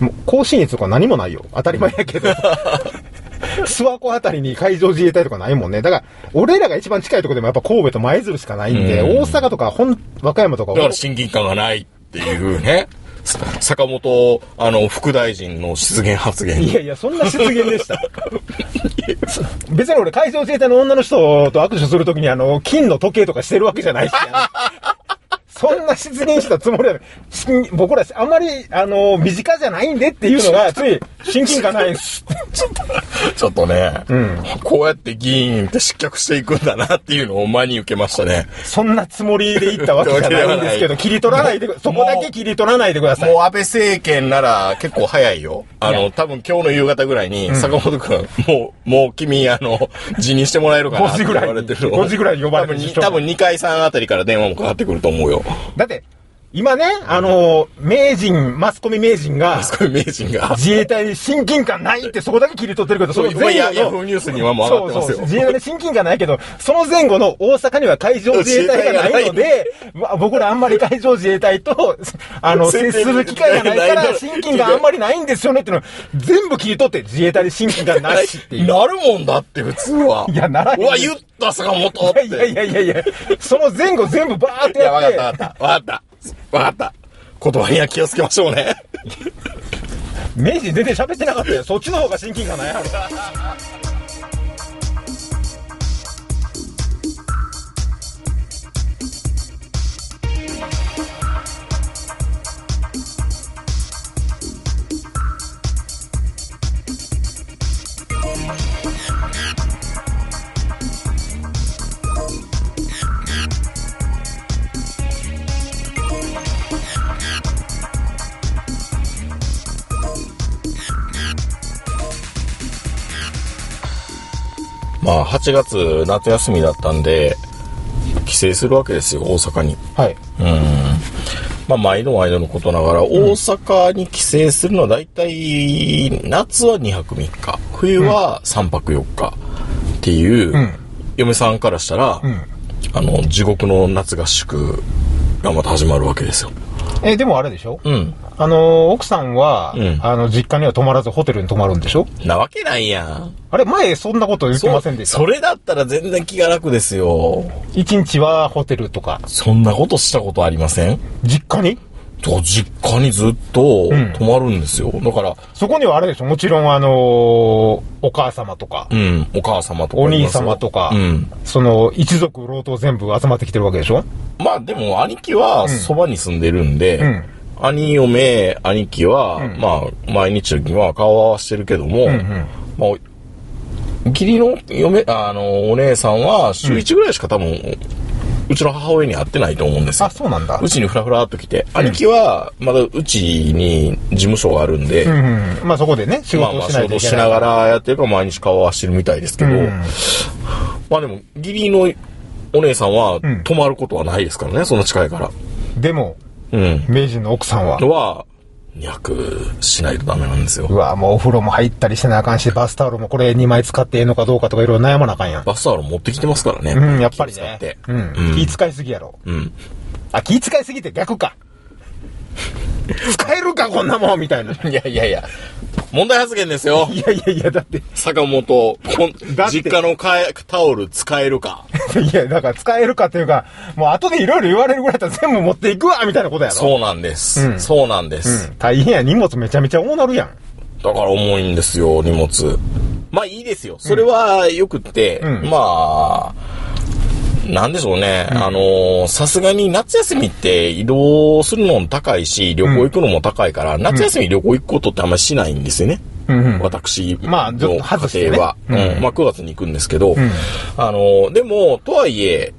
Speaker 3: もう甲信越とか何もないよ。当たり前や けど。諏訪湖あたりに海上自衛隊とかないもんね。だから、俺らが一番近いところでもやっぱ神戸と舞鶴しかないんで、
Speaker 2: うん
Speaker 3: 大阪とか本、和歌山とか
Speaker 2: だから親近感がないっていうね。さ坂本、あの、副大臣の失言発言。
Speaker 3: いやいや、そんな失言でした。別に俺、海上自衛隊の女の人と握手するときに、あの、金の時計とかしてるわけじゃないし、あのそんな失言したつもりは、し僕ら、あんまり、あの、身近じゃないんでっていう のが、つい、親近感ないんです。
Speaker 2: ちょっとね、こうやって議員って失脚していくんだなっていうのを前に受けましたね。
Speaker 3: そんなつもりで行ったわけじゃないんですけど、切り取らないでく、そこだけ切り取らないでください
Speaker 2: も。う安倍政権なら結構早いよ。あ
Speaker 3: い
Speaker 2: の、
Speaker 3: や
Speaker 2: 多分今日の夕方ぐらいに、坂本くん、もう、もう君、あの、辞任してもらえるかなって
Speaker 3: 5時
Speaker 2: 言
Speaker 3: ぐ
Speaker 2: わ
Speaker 3: らい
Speaker 2: れてるの。
Speaker 3: 5時ぐらいに呼ばれてる
Speaker 2: 多分に多分2回3あたりから電話もかかってくると思うよ。
Speaker 3: だって、今ね、あの、名人、マスコミ名人が、
Speaker 2: すごい名人が。
Speaker 3: 自衛隊に親近感ないってそこだけ切り取ってるけど、
Speaker 2: そう
Speaker 3: の前後の
Speaker 2: いやヤフーニュースにはもう上がってますよ
Speaker 3: そうそう自衛隊に親近感ないけど、その前後の大阪には海上自衛隊がないので、まあ僕らあんまり海上自衛隊と、あの、接する機会がないから、親近感あんまりないんですよねっていうのを全部切り取って自衛隊に親近感なしってい う。
Speaker 2: なるもんだって普通は。
Speaker 3: いやならへん
Speaker 2: うわ、言った坂本っ
Speaker 3: いや
Speaker 2: て。
Speaker 3: いやいやいやいや、その前後全部バーって
Speaker 2: いや、
Speaker 3: や
Speaker 2: わ
Speaker 3: って、
Speaker 2: かったわかった。わかった。わかった。言葉には気をつけましょうね。
Speaker 3: 明治全然喋ってなかったよ。そっちの方が親近感ないやろ。
Speaker 2: まあ、8月夏休みだったんで、帰省するわけですよ、大阪に。
Speaker 3: はい。
Speaker 2: まあ、毎度毎度のことながら、大阪に帰省するのは大体、夏は2泊3日、冬は3泊4日っていう、
Speaker 3: ん
Speaker 2: 嫁さんからしたら、あの、地獄の夏合宿がまた始まるわけですよ。
Speaker 3: え、でもあれでしょ
Speaker 2: うん。
Speaker 3: あの、奥さんは、
Speaker 2: うん
Speaker 3: あの、実家には泊まらずホテルに泊まるんでしょ
Speaker 2: なわけないやん。
Speaker 3: あれ、前そんなこと言ってませんでした
Speaker 2: それだったら全然気が楽ですよ。
Speaker 3: 一日はホテルとか、
Speaker 2: そんなことしたことありません
Speaker 3: 実家に
Speaker 2: と実家にずっと
Speaker 3: ん
Speaker 2: 泊まるんですよ。だから、
Speaker 3: そこにはあれでしょもちろん、あのーお母様とか
Speaker 2: う、ん、お母様とか。
Speaker 3: お兄様とか、
Speaker 2: うん。
Speaker 3: その、一族老頭全部集まってきてるわけでしょ
Speaker 2: まあでも、兄貴はそばに住んでるんで、
Speaker 3: ん
Speaker 2: 兄嫁、兄貴は、まあ、毎日の時は顔合わせてるけども、まあ、義理の嫁、あの、お姉さんは週1ぐらいしか多分、うちの母親に会ってないと思うんですよ
Speaker 3: あ、。そうなんだ
Speaker 2: う。ちにフラフラっと来て、兄貴はまだうちに事務所があるんで、
Speaker 3: うんうん。まあそこでね、仕
Speaker 2: まあ
Speaker 3: 事
Speaker 2: ま
Speaker 3: を
Speaker 2: あ
Speaker 3: し
Speaker 2: 仕
Speaker 3: ないと
Speaker 2: 事
Speaker 3: いけ
Speaker 2: し
Speaker 3: な
Speaker 2: な
Speaker 3: い。
Speaker 2: がらやってるから毎日顔はしてるみたいですけど、
Speaker 3: うん
Speaker 2: まあでも義理のお姉さんは
Speaker 3: ん
Speaker 2: 泊まることはないですからね、その近いから。
Speaker 3: でも、
Speaker 2: うん。
Speaker 3: 名人の奥さんは、
Speaker 2: は、200しないとダメなんです
Speaker 3: う
Speaker 2: よ。
Speaker 3: わ、もうお風呂も入ったりしてなあかんし、バスタオルもこれ2枚使ってええのかどうかとかいろいろ悩まなあかんやん。
Speaker 2: バスタオル持ってきてますからね。
Speaker 3: うん、やっぱり
Speaker 2: 気を使
Speaker 3: ね
Speaker 2: って。
Speaker 3: う
Speaker 2: うんん。。
Speaker 3: 気使いすぎやろ。
Speaker 2: うん。
Speaker 3: あ、気使いすぎて逆か。使えるか、こんなもんみたいな。い
Speaker 2: いやいやいや、問題発言ですよ。
Speaker 3: やいやいや、だって、
Speaker 2: 坂本、 こん
Speaker 3: だって
Speaker 2: 実家のかえタオル使えるか。
Speaker 3: いや、だから使えるかというか、もう後でいろいろ言われるぐらいだったら全部持っていくわみたいなことやろ。
Speaker 2: そうなんです。
Speaker 3: うん
Speaker 2: そうなんです、
Speaker 3: うん。大変や、荷物めちゃめちゃ重なるやん。
Speaker 2: だから重いんですよ、荷物。まあいいですよ。それはよくって、
Speaker 3: うん
Speaker 2: まあ、なんでしょうね。あの、さすがに夏休みって移動するのも高いし、旅行行くのも高いから、夏休み旅行行くことってあんまりしないんですよね。
Speaker 3: うんうん
Speaker 2: 私
Speaker 3: まあちょっ
Speaker 2: の
Speaker 3: と外して
Speaker 2: 家
Speaker 3: ね
Speaker 2: 庭は。
Speaker 3: うん
Speaker 2: うんまあ9月に行くんですけど、
Speaker 3: ん
Speaker 2: あの、でも、とはいえ、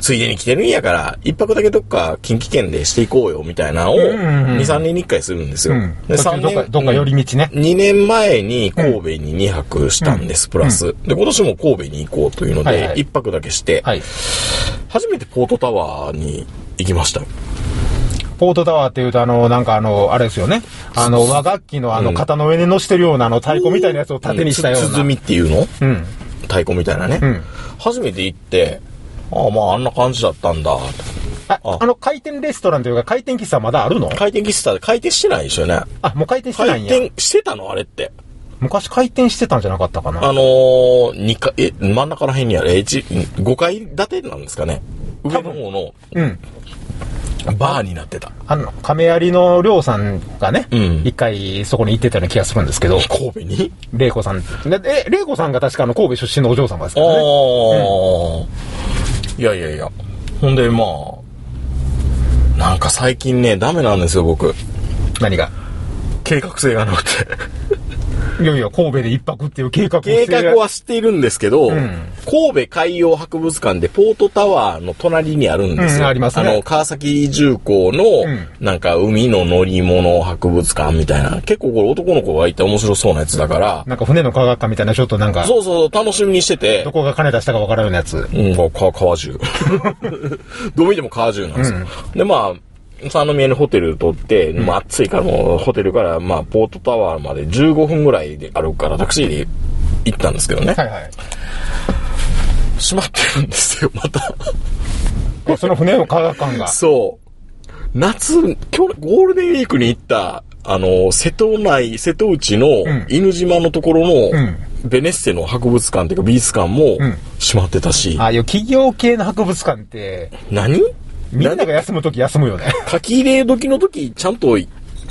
Speaker 2: ついでに来てるんやから、一泊だけどっか近畿圏でしていこうよ、みたいなのを、
Speaker 3: んうんうん
Speaker 2: 2、3年に1回するんですよ。
Speaker 3: うん。
Speaker 2: で、
Speaker 3: 途中
Speaker 2: 3
Speaker 3: どっか、
Speaker 2: 年。
Speaker 3: どっか寄
Speaker 2: うん
Speaker 3: り 道ね。
Speaker 2: 2年前に神戸に2泊したんです、プラス。で、今年も神戸に行こうというの
Speaker 3: はいは
Speaker 2: で、
Speaker 3: い
Speaker 2: 1泊だけして、
Speaker 3: はい。
Speaker 2: 初めてポートタワーに行きました。
Speaker 3: ポートタワーっていうと、あの、なんかあの、あれですよね。あの、和楽器のあの、
Speaker 2: うん
Speaker 3: 型の上に乗してるような、あの、太鼓みたいなやつを縦にしたような。
Speaker 2: つ鼓っていうの
Speaker 3: うん。
Speaker 2: 太鼓みたいなね。
Speaker 3: うん
Speaker 2: 初めて行って、ああ、まああんな感じだったんだ。
Speaker 3: あ
Speaker 2: あ
Speaker 3: あの、回転レストランというか、回転喫茶まだあるの
Speaker 2: 回転喫茶で回転してないでしょね。
Speaker 3: あ、もう回転してな
Speaker 2: 回
Speaker 3: いんや。
Speaker 2: 転してたのあれって。
Speaker 3: 昔回転してたんじゃなかったかな。
Speaker 2: あのー、二階、え、真ん中ら辺にある、え、一5階建てなんですかね。上の方の
Speaker 3: うん。
Speaker 2: バーになってた。
Speaker 3: あの、亀有のりょうさんがね、
Speaker 2: うん
Speaker 3: 一回そこに行ってたような気がするんですけど、
Speaker 2: 神戸に
Speaker 3: 玲子さん。でえ、玲子さんが確かあの、神戸出身のお嬢様です
Speaker 2: あ
Speaker 3: か
Speaker 2: あ
Speaker 3: らね。
Speaker 2: ー、いやいやいや。ほんで、まあ、なんか最近ね、ダメなんですよ、僕。
Speaker 3: 何が
Speaker 2: 計画性がなくて。
Speaker 3: いやいや、神戸で一泊っていう計画を
Speaker 2: 計画はしているんですけど、
Speaker 3: ん
Speaker 2: 神戸海洋博物館でポートタワーの隣にあるんですよ。
Speaker 3: うんありますね
Speaker 2: の、川崎重工の、
Speaker 3: うん
Speaker 2: なんか海の乗り物博物館みたいな。結構これ男の子がいて面白そうなやつだから、
Speaker 3: なんか船の科学館みたいな、ちょっとなんか、
Speaker 2: そうそう、楽しみにしてて
Speaker 3: ど、こが金出したかわからんようなやつ。
Speaker 2: うん、か川中。 どう見ても川中なんですよ。で、まあ、三宮にホテル取って、まあ暑いからもうホテルから、まあ、ポートタワーまで15分ぐらいで歩くから、タクシーで行ったんですけどね。
Speaker 3: はいはい。
Speaker 2: 閉まってるんですよ、また。
Speaker 3: えその船の科 学館が。
Speaker 2: そう。夏、去年、ゴールデンウィークに行った、あの、瀬戸内、瀬戸内の
Speaker 3: ん
Speaker 2: 犬島のところの、
Speaker 3: うん
Speaker 2: ベネッセの博物館っていうか美術館も
Speaker 3: うん
Speaker 2: 閉まってたし、
Speaker 3: ああいう企業系の博物館って、
Speaker 2: 何
Speaker 3: みんな
Speaker 2: 何
Speaker 3: が休むとき休むよね。
Speaker 2: 書き入れ時の時、ちゃんと、い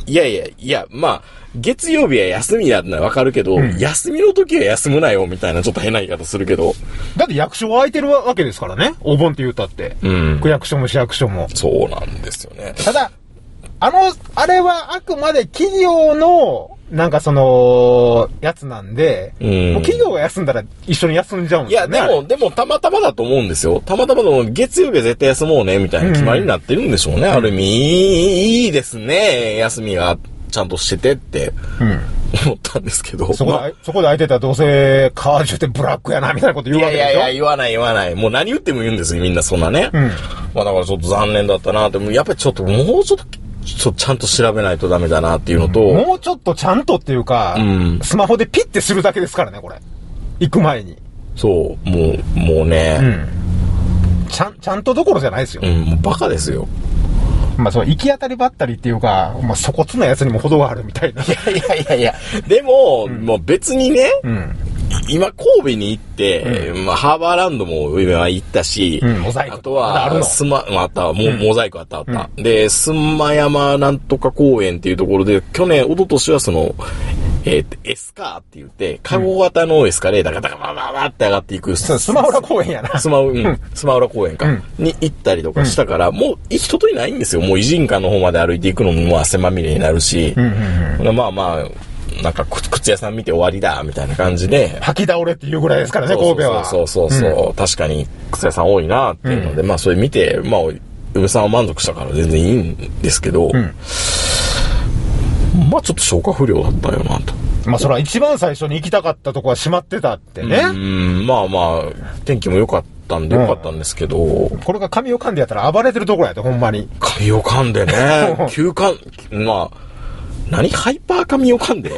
Speaker 2: やいや、いや、まあ、月曜日は休みやってのはわかるけど、
Speaker 3: ん
Speaker 2: 休みの時は休むなよ、みたいなちょっと変な言い方するけど、
Speaker 3: だって役所は空いてるわけですからね。お盆って言うたって。
Speaker 2: うん
Speaker 3: 区役所も市役所も。
Speaker 2: そうなんですよね。
Speaker 3: ただ、あの、あれはあくまで企業の、なんかその、やつなんで、
Speaker 2: うん
Speaker 3: もう企業が休んだら一緒に休んじゃうん
Speaker 2: いや、で
Speaker 3: ね
Speaker 2: も、でも、たまたまだと思うんですよ。たまたまの、月曜日は絶対休もうね、みたいな決まりになってるんでしょうね。ある意味、いいですね。休みが、ちゃんとしててって、
Speaker 3: あれうん。
Speaker 2: 思ったんですけど。
Speaker 3: そこ
Speaker 2: まあ
Speaker 3: で、そこで空いてたらどうせ、川中ってブラックやな、みたいなこと言
Speaker 2: いう
Speaker 3: わ
Speaker 2: や
Speaker 3: け
Speaker 2: い
Speaker 3: でしょ
Speaker 2: やいや、言わない言わない。もう何言っても言うんですよ、みんな、そんなね。
Speaker 3: ん
Speaker 2: まあ、だからちょっと残念だったなって、でもやっぱりちょっと、もうちょっと、ちょっとちゃんと調べないとダメだなっていうのと、
Speaker 3: もうちょっとちゃんとっていうか、
Speaker 2: うん
Speaker 3: スマホでピッてするだけですからね、これ。行く前に。
Speaker 2: そう、もう、もう
Speaker 3: う
Speaker 2: ね、
Speaker 3: ん。ちゃん、ちゃんとどころじゃないですよ
Speaker 2: う。ん、もうバカですよ。
Speaker 3: まあ、そう、行き当たりばったりっていうか、まあ、粗骨なやつにも程があるみたいな。
Speaker 2: いやいやいや、でも、もう別にね、
Speaker 3: うん。
Speaker 2: 今、神戸に行って、まあ、ハーバーランドも今は行ったし、
Speaker 3: うんモザイク
Speaker 2: あと
Speaker 3: まだあるの
Speaker 2: は、すま、まああった、もうモザイクあったあった。で、すんま山なんとか公園っていうところで、去年、一昨年はその、えーエスカーって言って、カゴ型のエスカレーターがダカバババって上がっていく。
Speaker 3: そう、スマホラ公園やな。
Speaker 2: スマウ、うん、スマウラ公園か、
Speaker 3: うん
Speaker 2: に行ったりとかしたから、もう一通りないんですよ。もう偉人館の方まで歩いていくのも、まあ、汗まみれになるし、まあまあ、なんか靴、靴屋さん見て終わりだ、みたいな感じで、
Speaker 3: 吐き倒れっていうぐらいですからね、神戸は。
Speaker 2: そうそうそうそう、確かに靴屋さん多いなっていうので、まあそれ見てまあ嫁さんは満足したから全然いいんですけど、まあちょっと消化不良だったよなと
Speaker 3: まあ、それは一番最初に行きたかったとこは閉まってたってね。
Speaker 2: うんまあまあ天気も良かっったんでよかったんですけど、
Speaker 3: これが紙を噛んでやったら暴れてるところやで、ほんまに。
Speaker 2: 紙を噛んで ね、休館、まあ、何ハイパー紙を噛 んで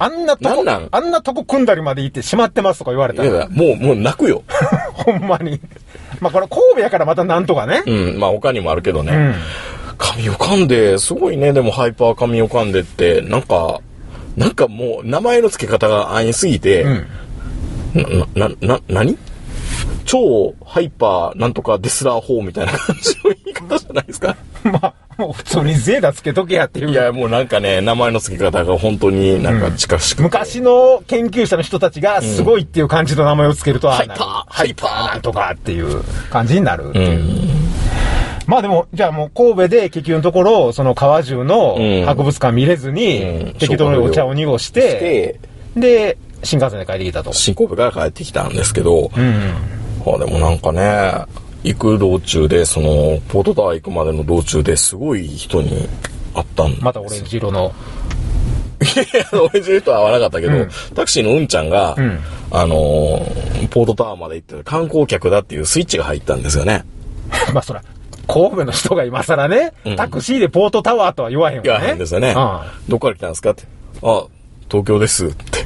Speaker 3: あんなと
Speaker 2: な
Speaker 3: こ、
Speaker 2: んなん
Speaker 3: あんなとこ組んだりまで行ってしまってますとか言われ
Speaker 2: い
Speaker 3: た
Speaker 2: やい
Speaker 3: ら、
Speaker 2: やもう、もう泣くよ。
Speaker 3: ほんまに。 まあこれ神戸やからまたなんとかね。
Speaker 2: うん、まあ他にもあるけどね。
Speaker 3: ん
Speaker 2: 神を噛んで、すごいね、でもハイパー神を噛んでって、なんか、なんかもう名前の付け方が安易すぎて、
Speaker 3: ん
Speaker 2: な、な、な、な、何超ハイパーなんとかデスラー法みたいな感じの言い方じゃないですか。
Speaker 3: まあ、もう普通にゼーダつけとけやっていう。
Speaker 2: いや、もうなんかね、名前の付け方が本当になんか近しくて、
Speaker 3: 昔の研究者の人たちがすごいっていう感じの名前をつけると、ああ
Speaker 2: ハイ
Speaker 3: な
Speaker 2: パ
Speaker 3: る
Speaker 2: ー、ハイパ
Speaker 3: な
Speaker 2: ー
Speaker 3: んとかっていう感じになるっていう。まあでも、じゃあもう神戸で結局のところ、その川中の
Speaker 2: うん
Speaker 3: 博物館見れず
Speaker 2: う
Speaker 3: に
Speaker 2: ん、
Speaker 3: 適当にお茶を濁して、
Speaker 2: で、
Speaker 3: で、新幹線で帰ってきたと。
Speaker 2: 新神戸から帰ってきたんですけど、
Speaker 3: うん。
Speaker 2: あでもなんかね、行く道中で、その、ポートタワー行くまでの道中ですごい人に会ったん
Speaker 3: またオレンジ色の。
Speaker 2: オレンジとは会わなかったけど、
Speaker 3: うん
Speaker 2: タクシーのうんちゃんが、
Speaker 3: ん
Speaker 2: あのーポートタワーまで行ってる観光客だっていうスイッチが入ったんですよね。
Speaker 3: まあそら、神戸の人が今更ね、
Speaker 2: うん
Speaker 3: タクシーでポートタワーとは言わへんわね。
Speaker 2: いや、変ですよね、
Speaker 3: うん
Speaker 2: どこから来たんですかって。あ、東京ですって。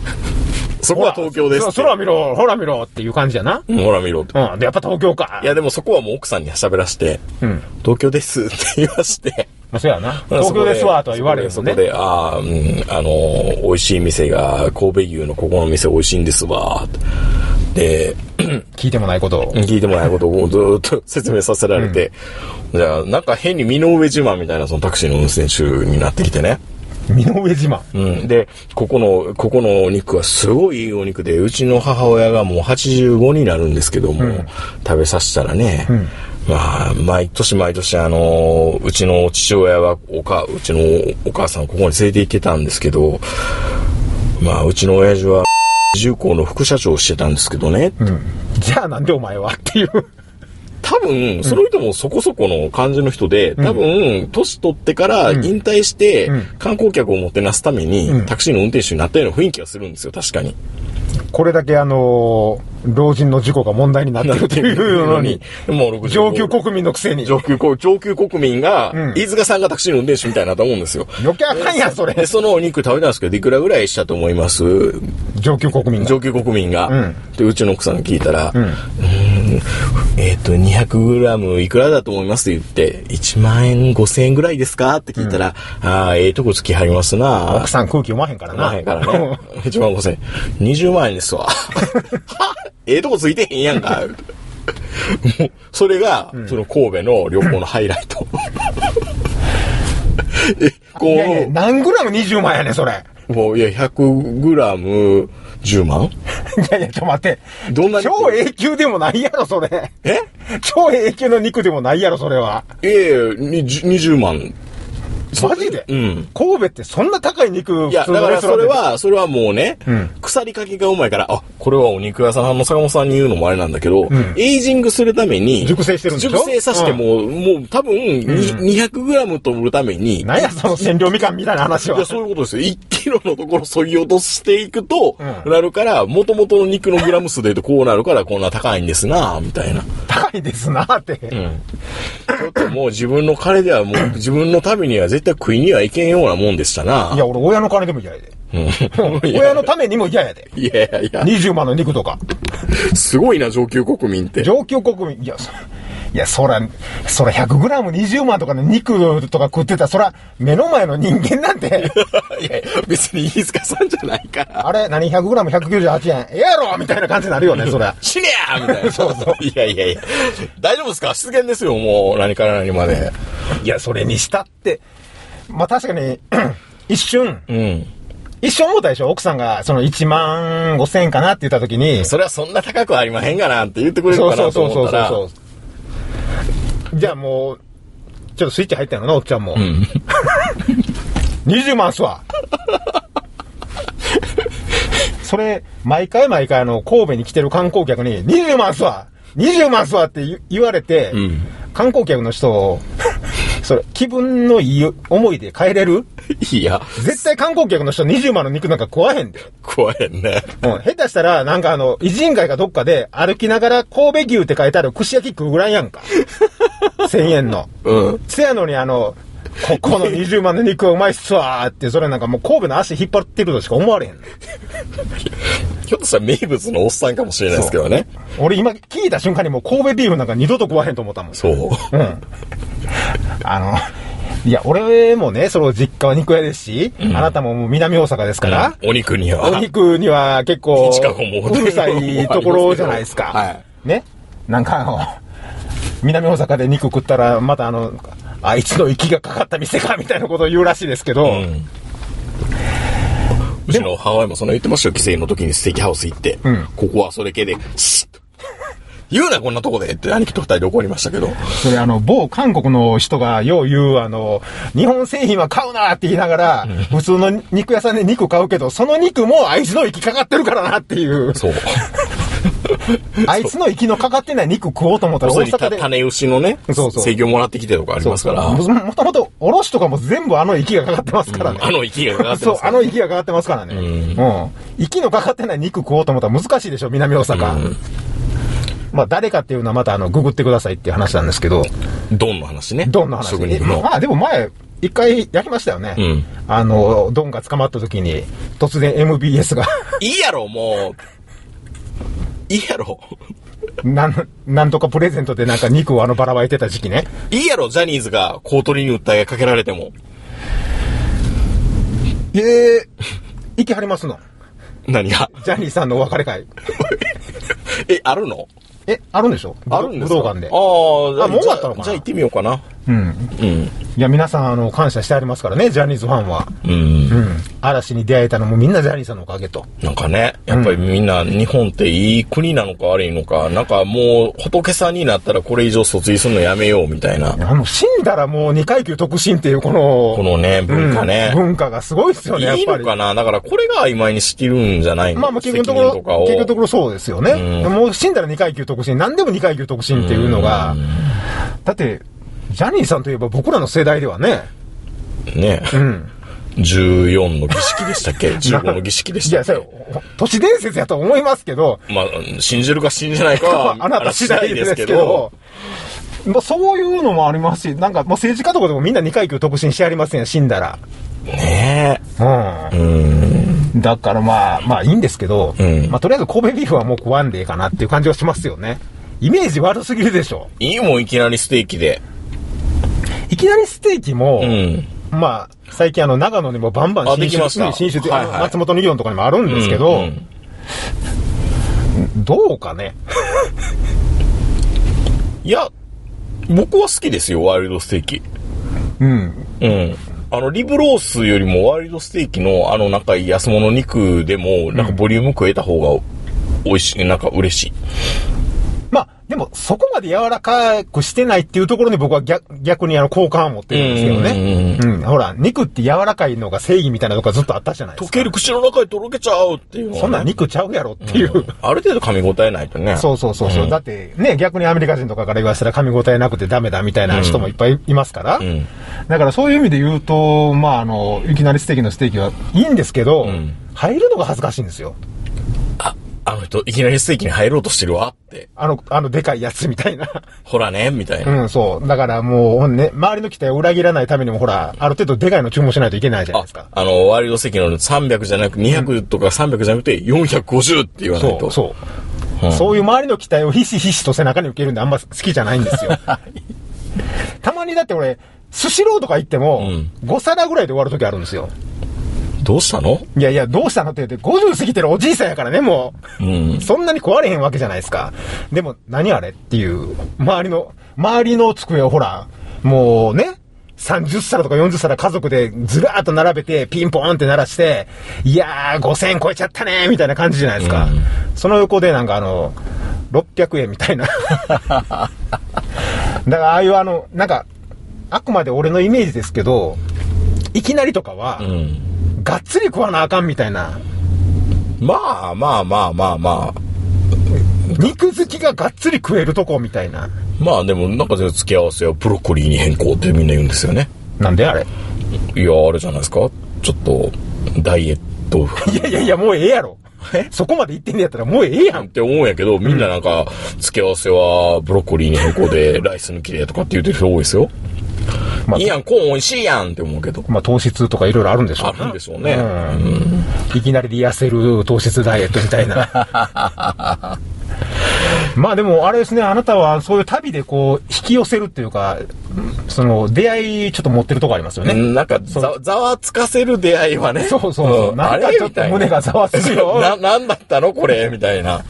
Speaker 2: そこは東京です
Speaker 3: ほ
Speaker 2: って。
Speaker 3: らそ空見ろ、ほら見ろっていう感じやな。
Speaker 2: うんほら見ろって。
Speaker 3: うん。で、やっぱ東京か。
Speaker 2: いや、でもそこはもう奥さんに喋らして、
Speaker 3: うん。
Speaker 2: 東京ですって言わして、
Speaker 3: まあ、そうやな。東京ですわ、とは言われる
Speaker 2: そ
Speaker 3: よ
Speaker 2: こで、
Speaker 3: ね
Speaker 2: そこ。でああ、うん、あのー、美味しい店が、神戸牛のここの店美味しいんですわ、で、
Speaker 3: 聞いてもないことを。
Speaker 2: 聞いてもないことをずーっと説明させられて、じゃあ、なんか変に身の上自慢みたいな、そのタクシーの運転手になってきてね。
Speaker 3: 身の上自慢。
Speaker 2: うん。で、ここの、ここのお肉はすごいいいお肉で、うちの母親がもう85になるんですけども、食べさせたらね、まあ、毎年毎年、あの、うちの父親は、おか、うちのお母さんをここに連れて行ってたんですけど、まあ、うちの親父は、重工の副社長をしてたんですけどね、
Speaker 3: じゃあなんでお前はっていう。
Speaker 2: 多分、その人もそこそこの感じの人で、多分、年取ってから引退して
Speaker 3: うん、
Speaker 2: 観光客をもてなすため
Speaker 3: うん
Speaker 2: に、タクシーの運転手になったような雰囲気がするんですよ、確かに。
Speaker 3: これだけあのー老人の事故が問題になってるという のに、
Speaker 2: もう65
Speaker 3: 上級国民のくせに。
Speaker 2: 上級国、上級国民が
Speaker 3: うん、
Speaker 2: 飯塚さんがタクシーの運転手みたいになったもん ですよ。
Speaker 3: 余計あかんやん、それ
Speaker 2: で、。そのお肉食べたんですけど、いくらぐらいしたと思います
Speaker 3: 上級国民が。
Speaker 2: 上級国民が。
Speaker 3: うん
Speaker 2: で、うちの奥さんに聞いたら、
Speaker 3: う
Speaker 2: うんーん、えっ、と、200グラムいくらだと思いますって言って、1万円5000円ぐらいですかって聞いたら、ああ、ええとこつきはりますな
Speaker 3: 奥さん空気読まへんからな。
Speaker 2: まへんからね。1万5000円。20万円ですわ。はええとこついてへんやんか。もう、それが、その神戸の旅行のハイライ ト。え、こう、
Speaker 3: いやいや、何グラム20万やねん、それ。
Speaker 2: もう、いや、100グラム10万
Speaker 3: いやいや、ちょ、待って。
Speaker 2: どんな肉
Speaker 3: 超永久でもないやろ、それ。
Speaker 2: え
Speaker 3: 超永久の肉でもないやろ、それは。
Speaker 2: ええ20 20万。
Speaker 3: マジで
Speaker 2: うん。
Speaker 3: 神戸ってそんな高い肉、
Speaker 2: いや、
Speaker 3: 普通
Speaker 2: だ
Speaker 3: の
Speaker 2: か
Speaker 3: レ
Speaker 2: ら
Speaker 3: ス
Speaker 2: そ
Speaker 3: トラン
Speaker 2: れ
Speaker 3: で。
Speaker 2: は、それはもうね、
Speaker 3: ん
Speaker 2: 腐りかけがうまいから、あ、これはお肉屋さんの坂本さんに言うのもあれなんだけど、
Speaker 3: ん
Speaker 2: エイジングするために、
Speaker 3: 熟成してるんでしょ
Speaker 2: 熟成させても、もう多分、200g 取るために、
Speaker 3: 何や、その占領みかんみたいな話
Speaker 2: い
Speaker 3: は
Speaker 2: や、。そういうことですよ。1キロのところ削ぎ落としていくと、
Speaker 3: うん
Speaker 2: なるから、元々の肉のグラム数で言うとこうなるから、こんな高いんですなみたいな。
Speaker 3: 高いですなって。
Speaker 2: うんちょっともう自分の金ではもう自分のためには絶対食いにはいけんようなもんでしたな。
Speaker 3: いや、俺、親の金でも嫌やで。
Speaker 2: うん、いや
Speaker 3: 親のためにも嫌やで。
Speaker 2: いやいやいや、
Speaker 3: 20万の肉とか。
Speaker 2: すごいな、上級国民って。
Speaker 3: 上級国民、いや、そいや、そら、そら100グラム20万とかの肉とか食ってたら、そら、目の前の人間なんて、
Speaker 2: いやいや別に飯塚さんじゃないから。
Speaker 3: あれ、何100グラム198円、ええやろみたいな感じになるよね、そら。
Speaker 2: 死ねやみたいな。 そうそう。いやいやいや。大丈夫ですか失言ですよ、もう。何から何まで。
Speaker 3: いや、それにしたって、まあ確かに、一瞬、
Speaker 2: うん。
Speaker 3: 一瞬思ったでしょ奥さんが、その1万5千円かなって言った時に、
Speaker 2: それはそんな高くはありまへんがなって言ってくれる
Speaker 3: そう
Speaker 2: か
Speaker 3: そう
Speaker 2: なと
Speaker 3: そうそ
Speaker 2: 思
Speaker 3: う
Speaker 2: ったら。
Speaker 3: そうそう。じゃあもう、ちょっとスイッチ入ったんやろな、おっちゃんも。20万っすわ。それ、毎回毎回あの、神戸に来てる観光客に、20万っすわ !20 万っすわって言言われて、
Speaker 2: ん
Speaker 3: 観光客の人を、それ、気分のいい思いで帰れる
Speaker 2: いや、
Speaker 3: 絶対観光客の人20万の肉なんか食わへんで。
Speaker 2: 怖いね。
Speaker 3: うん。下手したら、なんかあの、偉人街かどっかで歩きながら神戸牛って書いてある串焼き食うぐらいや んか。1000円の。
Speaker 2: うん。
Speaker 3: せやのにあの、ここ の20万の肉はうまいっすわーって、それなんかもう神戸の足引っ張ってるとしか思われへん。
Speaker 2: ひょっとしたら名物のおっさんかもしれないですけどね。
Speaker 3: 俺今聞いた瞬間にもう神戸ビーフなんか二度と食わへんと思ったもん。
Speaker 2: そう。
Speaker 3: うん。あの、いや、俺もね、その実家は肉屋ですし、あなたももう南大阪ですから、
Speaker 2: お肉には。
Speaker 3: お肉には結構
Speaker 2: 近くも、
Speaker 3: うるさいところじゃないですか。
Speaker 2: はい
Speaker 3: ね。なんかあの、南大阪で肉食ったら、またあの、あいつの息がかかった店か、みたいなことを言うらしいですけど、
Speaker 2: うん。うちの母親もそんな言ってましたよ。帰省の時にステーキハウス行って。
Speaker 3: ん
Speaker 2: ここはそれ系で、シッと。言うな、こんなとこでって兄貴と二人で怒りましたけど。
Speaker 3: それあの、某韓国の人がよう言う、あの、日本製品は買うなって言いながら、普通の肉屋さんで肉買うけど、その肉もあいつの息かかってるからなっていう。
Speaker 2: そう。
Speaker 3: あいつの息のかかってない肉食おうと思ったら
Speaker 2: そ
Speaker 3: 大
Speaker 2: れに
Speaker 3: 阪
Speaker 2: た
Speaker 3: で。
Speaker 2: 種牛のね、
Speaker 3: そうそう
Speaker 2: 制御もらってきてとかありますから。
Speaker 3: そうもともと、おろしとかも全部あの息がかかってますからね。
Speaker 2: あの息がかかって
Speaker 3: そ
Speaker 2: ま
Speaker 3: う
Speaker 2: す、か
Speaker 3: あ
Speaker 2: ら
Speaker 3: の息がかかってますからね。うん。息のかかってない肉食おうと思ったら難しいでしょ、南大阪。まあ、誰かっていうのはまた、あの、ググってくださいっていう話なんですけど、
Speaker 2: ドンの話ね。
Speaker 3: ドンの話。
Speaker 2: 職人の。
Speaker 3: まあ、でも前、一回やりましたよね。
Speaker 2: うん
Speaker 3: あの、ドンが捕まった時に、突然 MBS が、
Speaker 2: いいやろ、もう。いいやろ。
Speaker 3: なん、なんとかプレゼントでなんか肉をあのばらまいてた時期ね。
Speaker 2: いいやろ、ジャニーズが公取に訴えかけられても。
Speaker 3: ええ行きはりますの。
Speaker 2: 何が
Speaker 3: ジャニーさんのお別れ会。
Speaker 2: え、あるの
Speaker 3: え、あるんでしょ
Speaker 2: あるんですか
Speaker 3: 武道館で
Speaker 2: あ。あ、じゃ
Speaker 3: あもう終わったのかな
Speaker 2: じゃあ行ってみようかな。
Speaker 3: うん。
Speaker 2: うん。
Speaker 3: いや、皆さん、あの、感謝してありますからね、ジャニーズファンは。
Speaker 2: うん
Speaker 3: う。ん。嵐に出会えたのもみんなジャニーさんのおかげと。
Speaker 2: なんかね、やっぱりみんな日本っていい国なのか悪いのか、なんかもう仏さんになったらこれ以上卒業するのやめようみたいな。
Speaker 3: あの、死んだらもう2階級特進っていう、この、
Speaker 2: このね、文化ね。
Speaker 3: うん文化がすごいですよね、やっ
Speaker 2: いい
Speaker 3: ぱ
Speaker 2: の
Speaker 3: り。
Speaker 2: かなだからこれが曖昧にしてるんじゃないの
Speaker 3: まあまあ結
Speaker 2: 責任
Speaker 3: 局のと
Speaker 2: と
Speaker 3: こ
Speaker 2: か
Speaker 3: ろ、
Speaker 2: を。
Speaker 3: 結局のところそうですよね。もう死んだら2階級特進、何でも2階級特進っていうのが、だって、ジャニーさんといえば僕らの世代ではね、
Speaker 2: ね、
Speaker 3: ん
Speaker 2: 14の儀式でしたっ け ?15 の儀式でし
Speaker 3: い
Speaker 2: たっ
Speaker 3: や、
Speaker 2: け
Speaker 3: それ、都市伝説やと思いますけど、、
Speaker 2: まあ、信じるか信じないかは
Speaker 3: あなた次第ですけど、まあ、そういうのもありますし、なんかもう政治家とかでもみんな2階級特進してありませんよ、死んだら。
Speaker 2: あれ次第ですけど。ね
Speaker 3: う
Speaker 2: え。うん。
Speaker 3: ん。だからまあ、まあいいんですけど、
Speaker 2: うん
Speaker 3: まあとりあえず神戸ビーフはもう食わんでいいかなっていう感じはしますよね。イメージ悪すぎるでしょ。
Speaker 2: いいもん、いきなりステーキで。
Speaker 3: いきなりステーキも、
Speaker 2: うん。
Speaker 3: まあ、最近あの、長野にもバンバン
Speaker 2: あできました
Speaker 3: 新種で、
Speaker 2: はいはい
Speaker 3: 松本のイオンとかにもあるんですけ
Speaker 2: うん
Speaker 3: ど、
Speaker 2: うん
Speaker 3: どうかね。
Speaker 2: いや、僕は好きですよ、ワイルドステーキ。
Speaker 3: うん。
Speaker 2: うん。あの、リブロースよりもワイルドステーキの、あの、なんか安物肉でも、なんかボリューム食えた方が、美味しい、なんか嬉しい。
Speaker 3: まあ、でも、そこまで柔らかくしてないっていうところに僕は逆逆にあの、好感を持ってるんですけどね。うんほら、肉って柔らかいのが正義みたいなとこがずっとあったじゃないで
Speaker 2: 溶
Speaker 3: すか。
Speaker 2: ける口の中でとろけちゃうっていうのはね
Speaker 3: そんなん肉ちゃうやろっていう。
Speaker 2: ある程度噛み応えないとね。
Speaker 3: そうそうそうそう、だってね、逆にアメリカ人とかから言わせたら噛み応えなくてダメだみたいな人もいっぱいいますから、
Speaker 2: ん
Speaker 3: だからそういう意味で言うと、まあ、あの、いきなりステーキのステーキはいいんですけど、
Speaker 2: ん
Speaker 3: 入るのが恥ずかしいんですよ。
Speaker 2: あ、あの人、いきなりステーキに入ろうとしてるわって。
Speaker 3: あの、あのでかいやつみたいな。
Speaker 2: ほらね、みたいな。
Speaker 3: うん、そう。だからもうね、周りの期待を裏切らないためにも、ほら、ある程度でかいの注文しないといけないじゃな
Speaker 2: あ
Speaker 3: いですか。
Speaker 2: あの、ワイルド席の300じゃなく、200とか300じゃなくて、450って言わない
Speaker 3: そ
Speaker 2: と。。
Speaker 3: う、そうう。そういう周りの期待をひしひしと背中に受けるんであんま好きじゃないんです よ。たまにだって俺、スシローとか行っても、
Speaker 2: うん
Speaker 3: 5皿ぐらいで終わる時あるんですよ。
Speaker 2: どうしたの
Speaker 3: いやいや、どうしたのって言って、50過ぎてるおじいさんやからね、もう。
Speaker 2: うん。
Speaker 3: そんなに壊れへんわけじゃないですか。でも、何あれっていう、周りの、周りの机をほら、もうね、30皿とか40皿家族でずらーっと並べて、ピンポーンって鳴らして、いやー、5000超えちゃったねーみたいな感じじゃないですか。その横でなんかあの、600円みたいな。 だからああいうあの、なんか、あくまで俺のイメージですけど、いきなりとかは、
Speaker 2: うん。
Speaker 3: がっつり食わなあかんみたいな。
Speaker 2: まあまあまあまあまあ。
Speaker 3: 肉好きががっつり食えるとこみたいな。
Speaker 2: まあでも、なんか全然付け合わせはブロッコリーに変更ってみんな言うんですよね。
Speaker 3: なんであれ
Speaker 2: いや、あれじゃないですかちょっと、ダイエット。
Speaker 3: いやいやいや、もうええやろ。そこまで言ってんのやったらもうええや
Speaker 2: っ
Speaker 3: ん。
Speaker 2: て思うんやけど、みんななんか、付け合わせはブロッコリーに変更で、ライス抜きでとかって言ってる人多いですよ。
Speaker 3: まあ
Speaker 2: いいやん、コーン美味しいやんって思うけど。
Speaker 3: まあ、糖質とかいろいろあるんでしょ
Speaker 2: あ
Speaker 3: うな
Speaker 2: るんでしょうね。
Speaker 3: いきなりリアセル糖質ダイエットみたいな。 まあでも、あれですね、あなたはそういう旅でこう、引き寄せるっていうか、その、出会いちょっと持ってるとこありますよね。
Speaker 2: うんなんかざ、ざわつかせる出会いはね。
Speaker 3: そうそうそう。
Speaker 2: ん
Speaker 3: なんかちょっと胸がざわつくよ。
Speaker 2: な、なんだったのこれみたいな。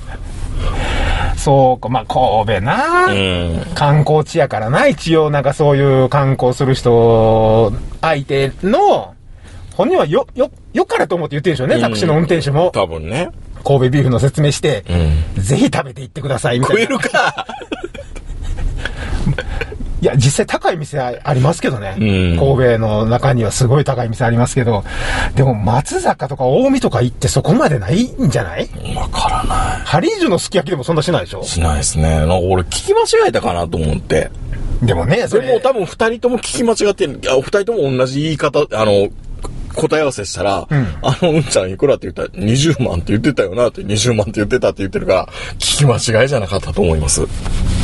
Speaker 3: そうか、まあ神戸な、
Speaker 2: うん。
Speaker 3: 観光地やからな、一応なんかそういう観光する人相手の、本人はよ、よ、よかれと思って言ってるんでしょうね、タクシーの運転手も。
Speaker 2: 多分ね。
Speaker 3: 神戸ビーフの説明して、
Speaker 2: う
Speaker 3: ぜひ食べていってください、みたい
Speaker 2: 食
Speaker 3: な。
Speaker 2: える か
Speaker 3: いや、実際高い店ありますけどね。
Speaker 2: うん
Speaker 3: 神戸の中にはすごい高い店ありますけど、でも松坂とか大見とか行ってそこまでないんじゃない
Speaker 2: わからな
Speaker 3: ハリージュのすき焼きでもそんなしないでしょ
Speaker 2: い。しないですね。なんか俺聞き間違えたかなと思って。
Speaker 3: でもね、そ
Speaker 2: で
Speaker 3: れ
Speaker 2: も多分二人とも聞き間違ってる。あ、二人とも同じ言い方、あの、答え合わせしたら、あのうんちゃんいくらって言ったら20万って言ってたよなって20万って言ってたって言ってるから聞き間違いじゃなかったと思います。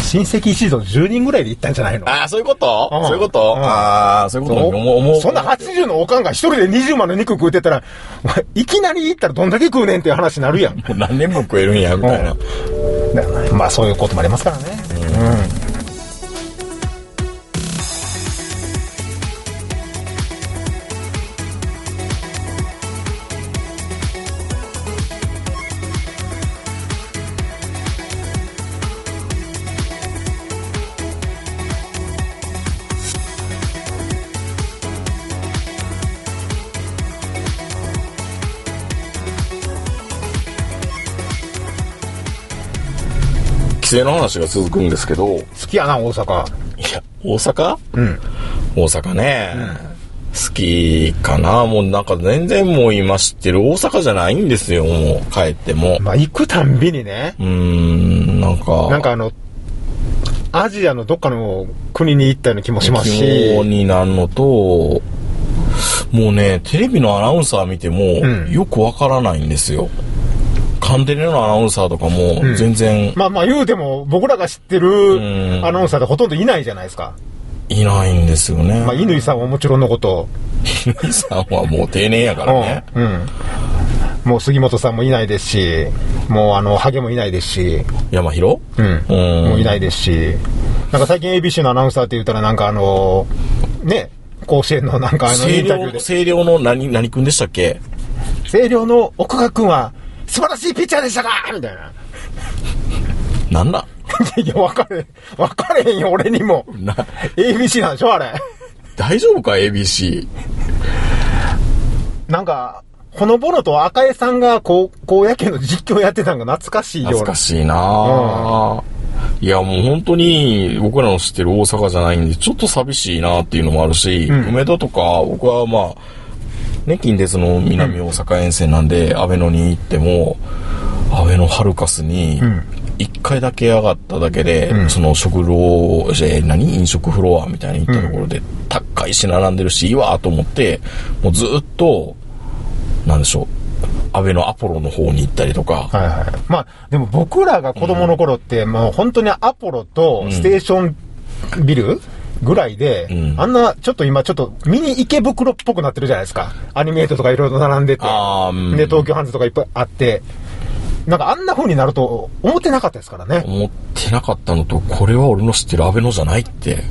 Speaker 3: 親戚一同10人ぐらいで行ったんじゃないの
Speaker 2: ああ、そういうこと、
Speaker 3: うん
Speaker 2: そういうこと、
Speaker 3: うん
Speaker 2: ああ、そういうこと思う思う
Speaker 3: そんな80のおかんが一人で20万の肉食うてたら、お前いきなり行ったらどんだけ食うねんっていう話になるやん。
Speaker 2: もう何年も食えるんや、みたいな。
Speaker 3: だからねまあそういうこともありますからね。
Speaker 2: 規制の話が続くんですけど、い
Speaker 3: 好きやな、大阪。
Speaker 2: や、大阪
Speaker 3: うん。
Speaker 2: 大阪ね、好きかなもうなんか全然もう今知ってる大阪じゃないんですよ、もう帰っても。
Speaker 3: まあ行くたんびにね、
Speaker 2: うーん、なんか。
Speaker 3: なんかあの、アジアのどっかの国に行ったような気もしますし、
Speaker 2: 気になるのと、もうね、テレビのアナウンサー見ても、
Speaker 3: うん
Speaker 2: よくわからないんですよ。カンテレのアナウンサーとかも、全然
Speaker 3: まあまあ言うても僕らが知って
Speaker 2: ん
Speaker 3: るアナウンサーってほとんどいないじゃないですか。
Speaker 2: いないんですよね。
Speaker 3: まあ乾さんはもちろんのこと、
Speaker 2: 乾さんはもう定年やからね。
Speaker 3: うん。うんもう杉本さんもいないですし、もうあの、ハゲもいないですし、
Speaker 2: 山広
Speaker 3: うん。
Speaker 2: うん
Speaker 3: もういないですし、なんか最近 ABC のアナウンサーって言ったらなんかあの、ね、甲子園のなんかあの
Speaker 2: 清
Speaker 3: インタビューで
Speaker 2: 涼、、清涼の何、何君でしたっけ
Speaker 3: 星稜の奥川君は素晴らしいピッチャーでしたかみたいな。
Speaker 2: なんだ
Speaker 3: いや、分かれ、分かれへんよ、俺にも。
Speaker 2: な、
Speaker 3: ABC なんでしょ、あれ。
Speaker 2: 大丈夫か ?ABC。
Speaker 3: なんか、ほのぼのと赤江さんが高校野球の実況やってたのが懐かしいような。
Speaker 2: 懐かしいなあいや、もう本当に僕らの知ってる大阪じゃないんで、ちょっと寂しいなっていうのもあるし、梅田とか、僕はまあ、ね、近鉄の南大阪沿線なんで、安倍野に行っても、安倍野ハルカスに、一回だけ上がっただけで、その食堂、えー何飲食フロアみたいに行ったところで、高いし並んでるし、いいわと思って、もうずっと、なんでしょう、安倍のアポロの方に行ったりとか、
Speaker 3: はいはい。まあ、でも僕らが子供の頃って、もう本当にアポロとステーションビルぐらいで、
Speaker 2: うん
Speaker 3: あんな、ちょっと今、ちょっとミニ池袋っぽくなってるじゃないですか。アニメートとかいろいろ並んでて、
Speaker 2: あーうん
Speaker 3: で、東京ハンズとかいっぱいあって、なんかあんな風になると思ってなかったですからね。
Speaker 2: 思ってなかったのと、これは俺の知ってる安倍のじゃないって。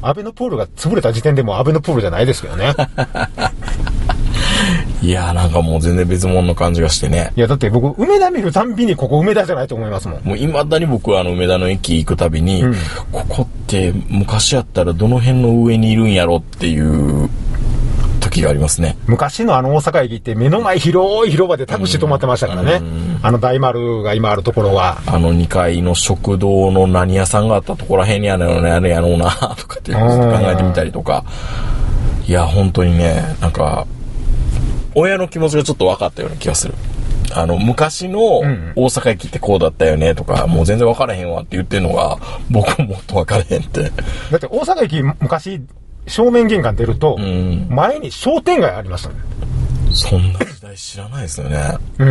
Speaker 3: アベノプールが潰れた時点でもうアベノプールじゃないですけ どね。
Speaker 2: いやーなんかもう全然別物の感じがしてね。
Speaker 3: いや、だって僕、梅田見るたんびにここ梅田じゃないと思いますもん。
Speaker 2: もう未だに僕はあの梅田の駅行くたびに、
Speaker 3: うん
Speaker 2: ここって昔やったらどの辺の上にいるんやろっていう時がありますね。
Speaker 3: 昔のあの大阪駅って目の前広い広場でタクシー止まってましたからね。あの大丸が今あるところは。
Speaker 2: あの2階の食堂の何屋さんがあったところら辺にあるのね、あれやろうな、 とかっていうこと考えてみたりとか。いや、本当にね、なんか、親の気持ちがちょっと分かったような気がする。あの、昔の
Speaker 3: ん
Speaker 2: 大阪駅ってこうだったよねとか、もう全然分からへんわって言ってるのが、僕ももっと分からへんって。
Speaker 3: だって大阪駅昔、正面玄関出ると、
Speaker 2: ん
Speaker 3: 前に商店街ありましたね。
Speaker 2: そんな時代知らないですよね。
Speaker 3: うん。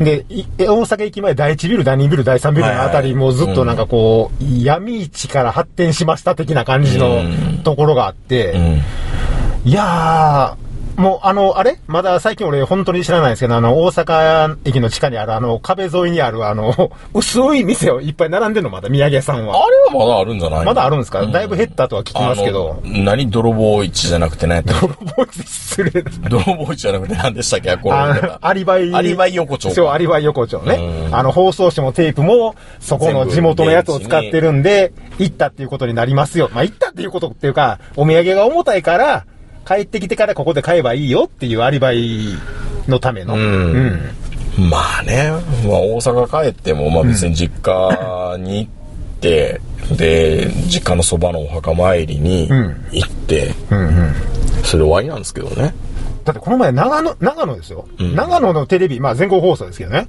Speaker 2: うん。
Speaker 3: で、い大阪駅前第1ビル、第2ビル、第3ビルのあた
Speaker 2: はいはい
Speaker 3: りもずっとなんかこう、闇市から発展しました的な感じの
Speaker 2: うん
Speaker 3: ところがあって、
Speaker 2: うん。
Speaker 3: いやー、もうあの、あれまだ最近俺本当に知らないんですけど、あの、大阪駅の地下にあるあの、壁沿いにあるあの、 薄い店をいっぱい並んでるのまだ、土産屋さん
Speaker 2: あれ
Speaker 3: は。
Speaker 2: はまだあるんじゃない
Speaker 3: まだあるんですか、
Speaker 2: う
Speaker 3: だいぶ減ったとは聞きますけ ど。
Speaker 2: あの何泥棒市じゃなくてね。
Speaker 3: 泥棒って失礼 だ。
Speaker 2: 泥棒市じゃなくて何でしたっけこのなん
Speaker 3: あ
Speaker 2: か
Speaker 3: アリバイ。
Speaker 2: アリバイ横丁。
Speaker 3: そう、アリバイ横丁ね
Speaker 2: う。ん
Speaker 3: あの、放送紙もテープも、そこの地元のやつを使ってるんで、行ったっていうことになりますよ。まあ、行ったっていうことっていうか、お土産が重たいから、帰ってきてからここで買えばいいよっていうアリバイのための。
Speaker 2: ん
Speaker 3: うん
Speaker 2: まあね、まあ大阪帰っても、まあ別に実家に行って、で、実家のそばのお墓参りに
Speaker 3: ん
Speaker 2: 行って、
Speaker 3: うんうん
Speaker 2: それで終わりなんですけどね。
Speaker 3: だってこの前、長野、長野ですよ。
Speaker 2: ん
Speaker 3: 長野のテレビ、まあ全国放送ですけどね。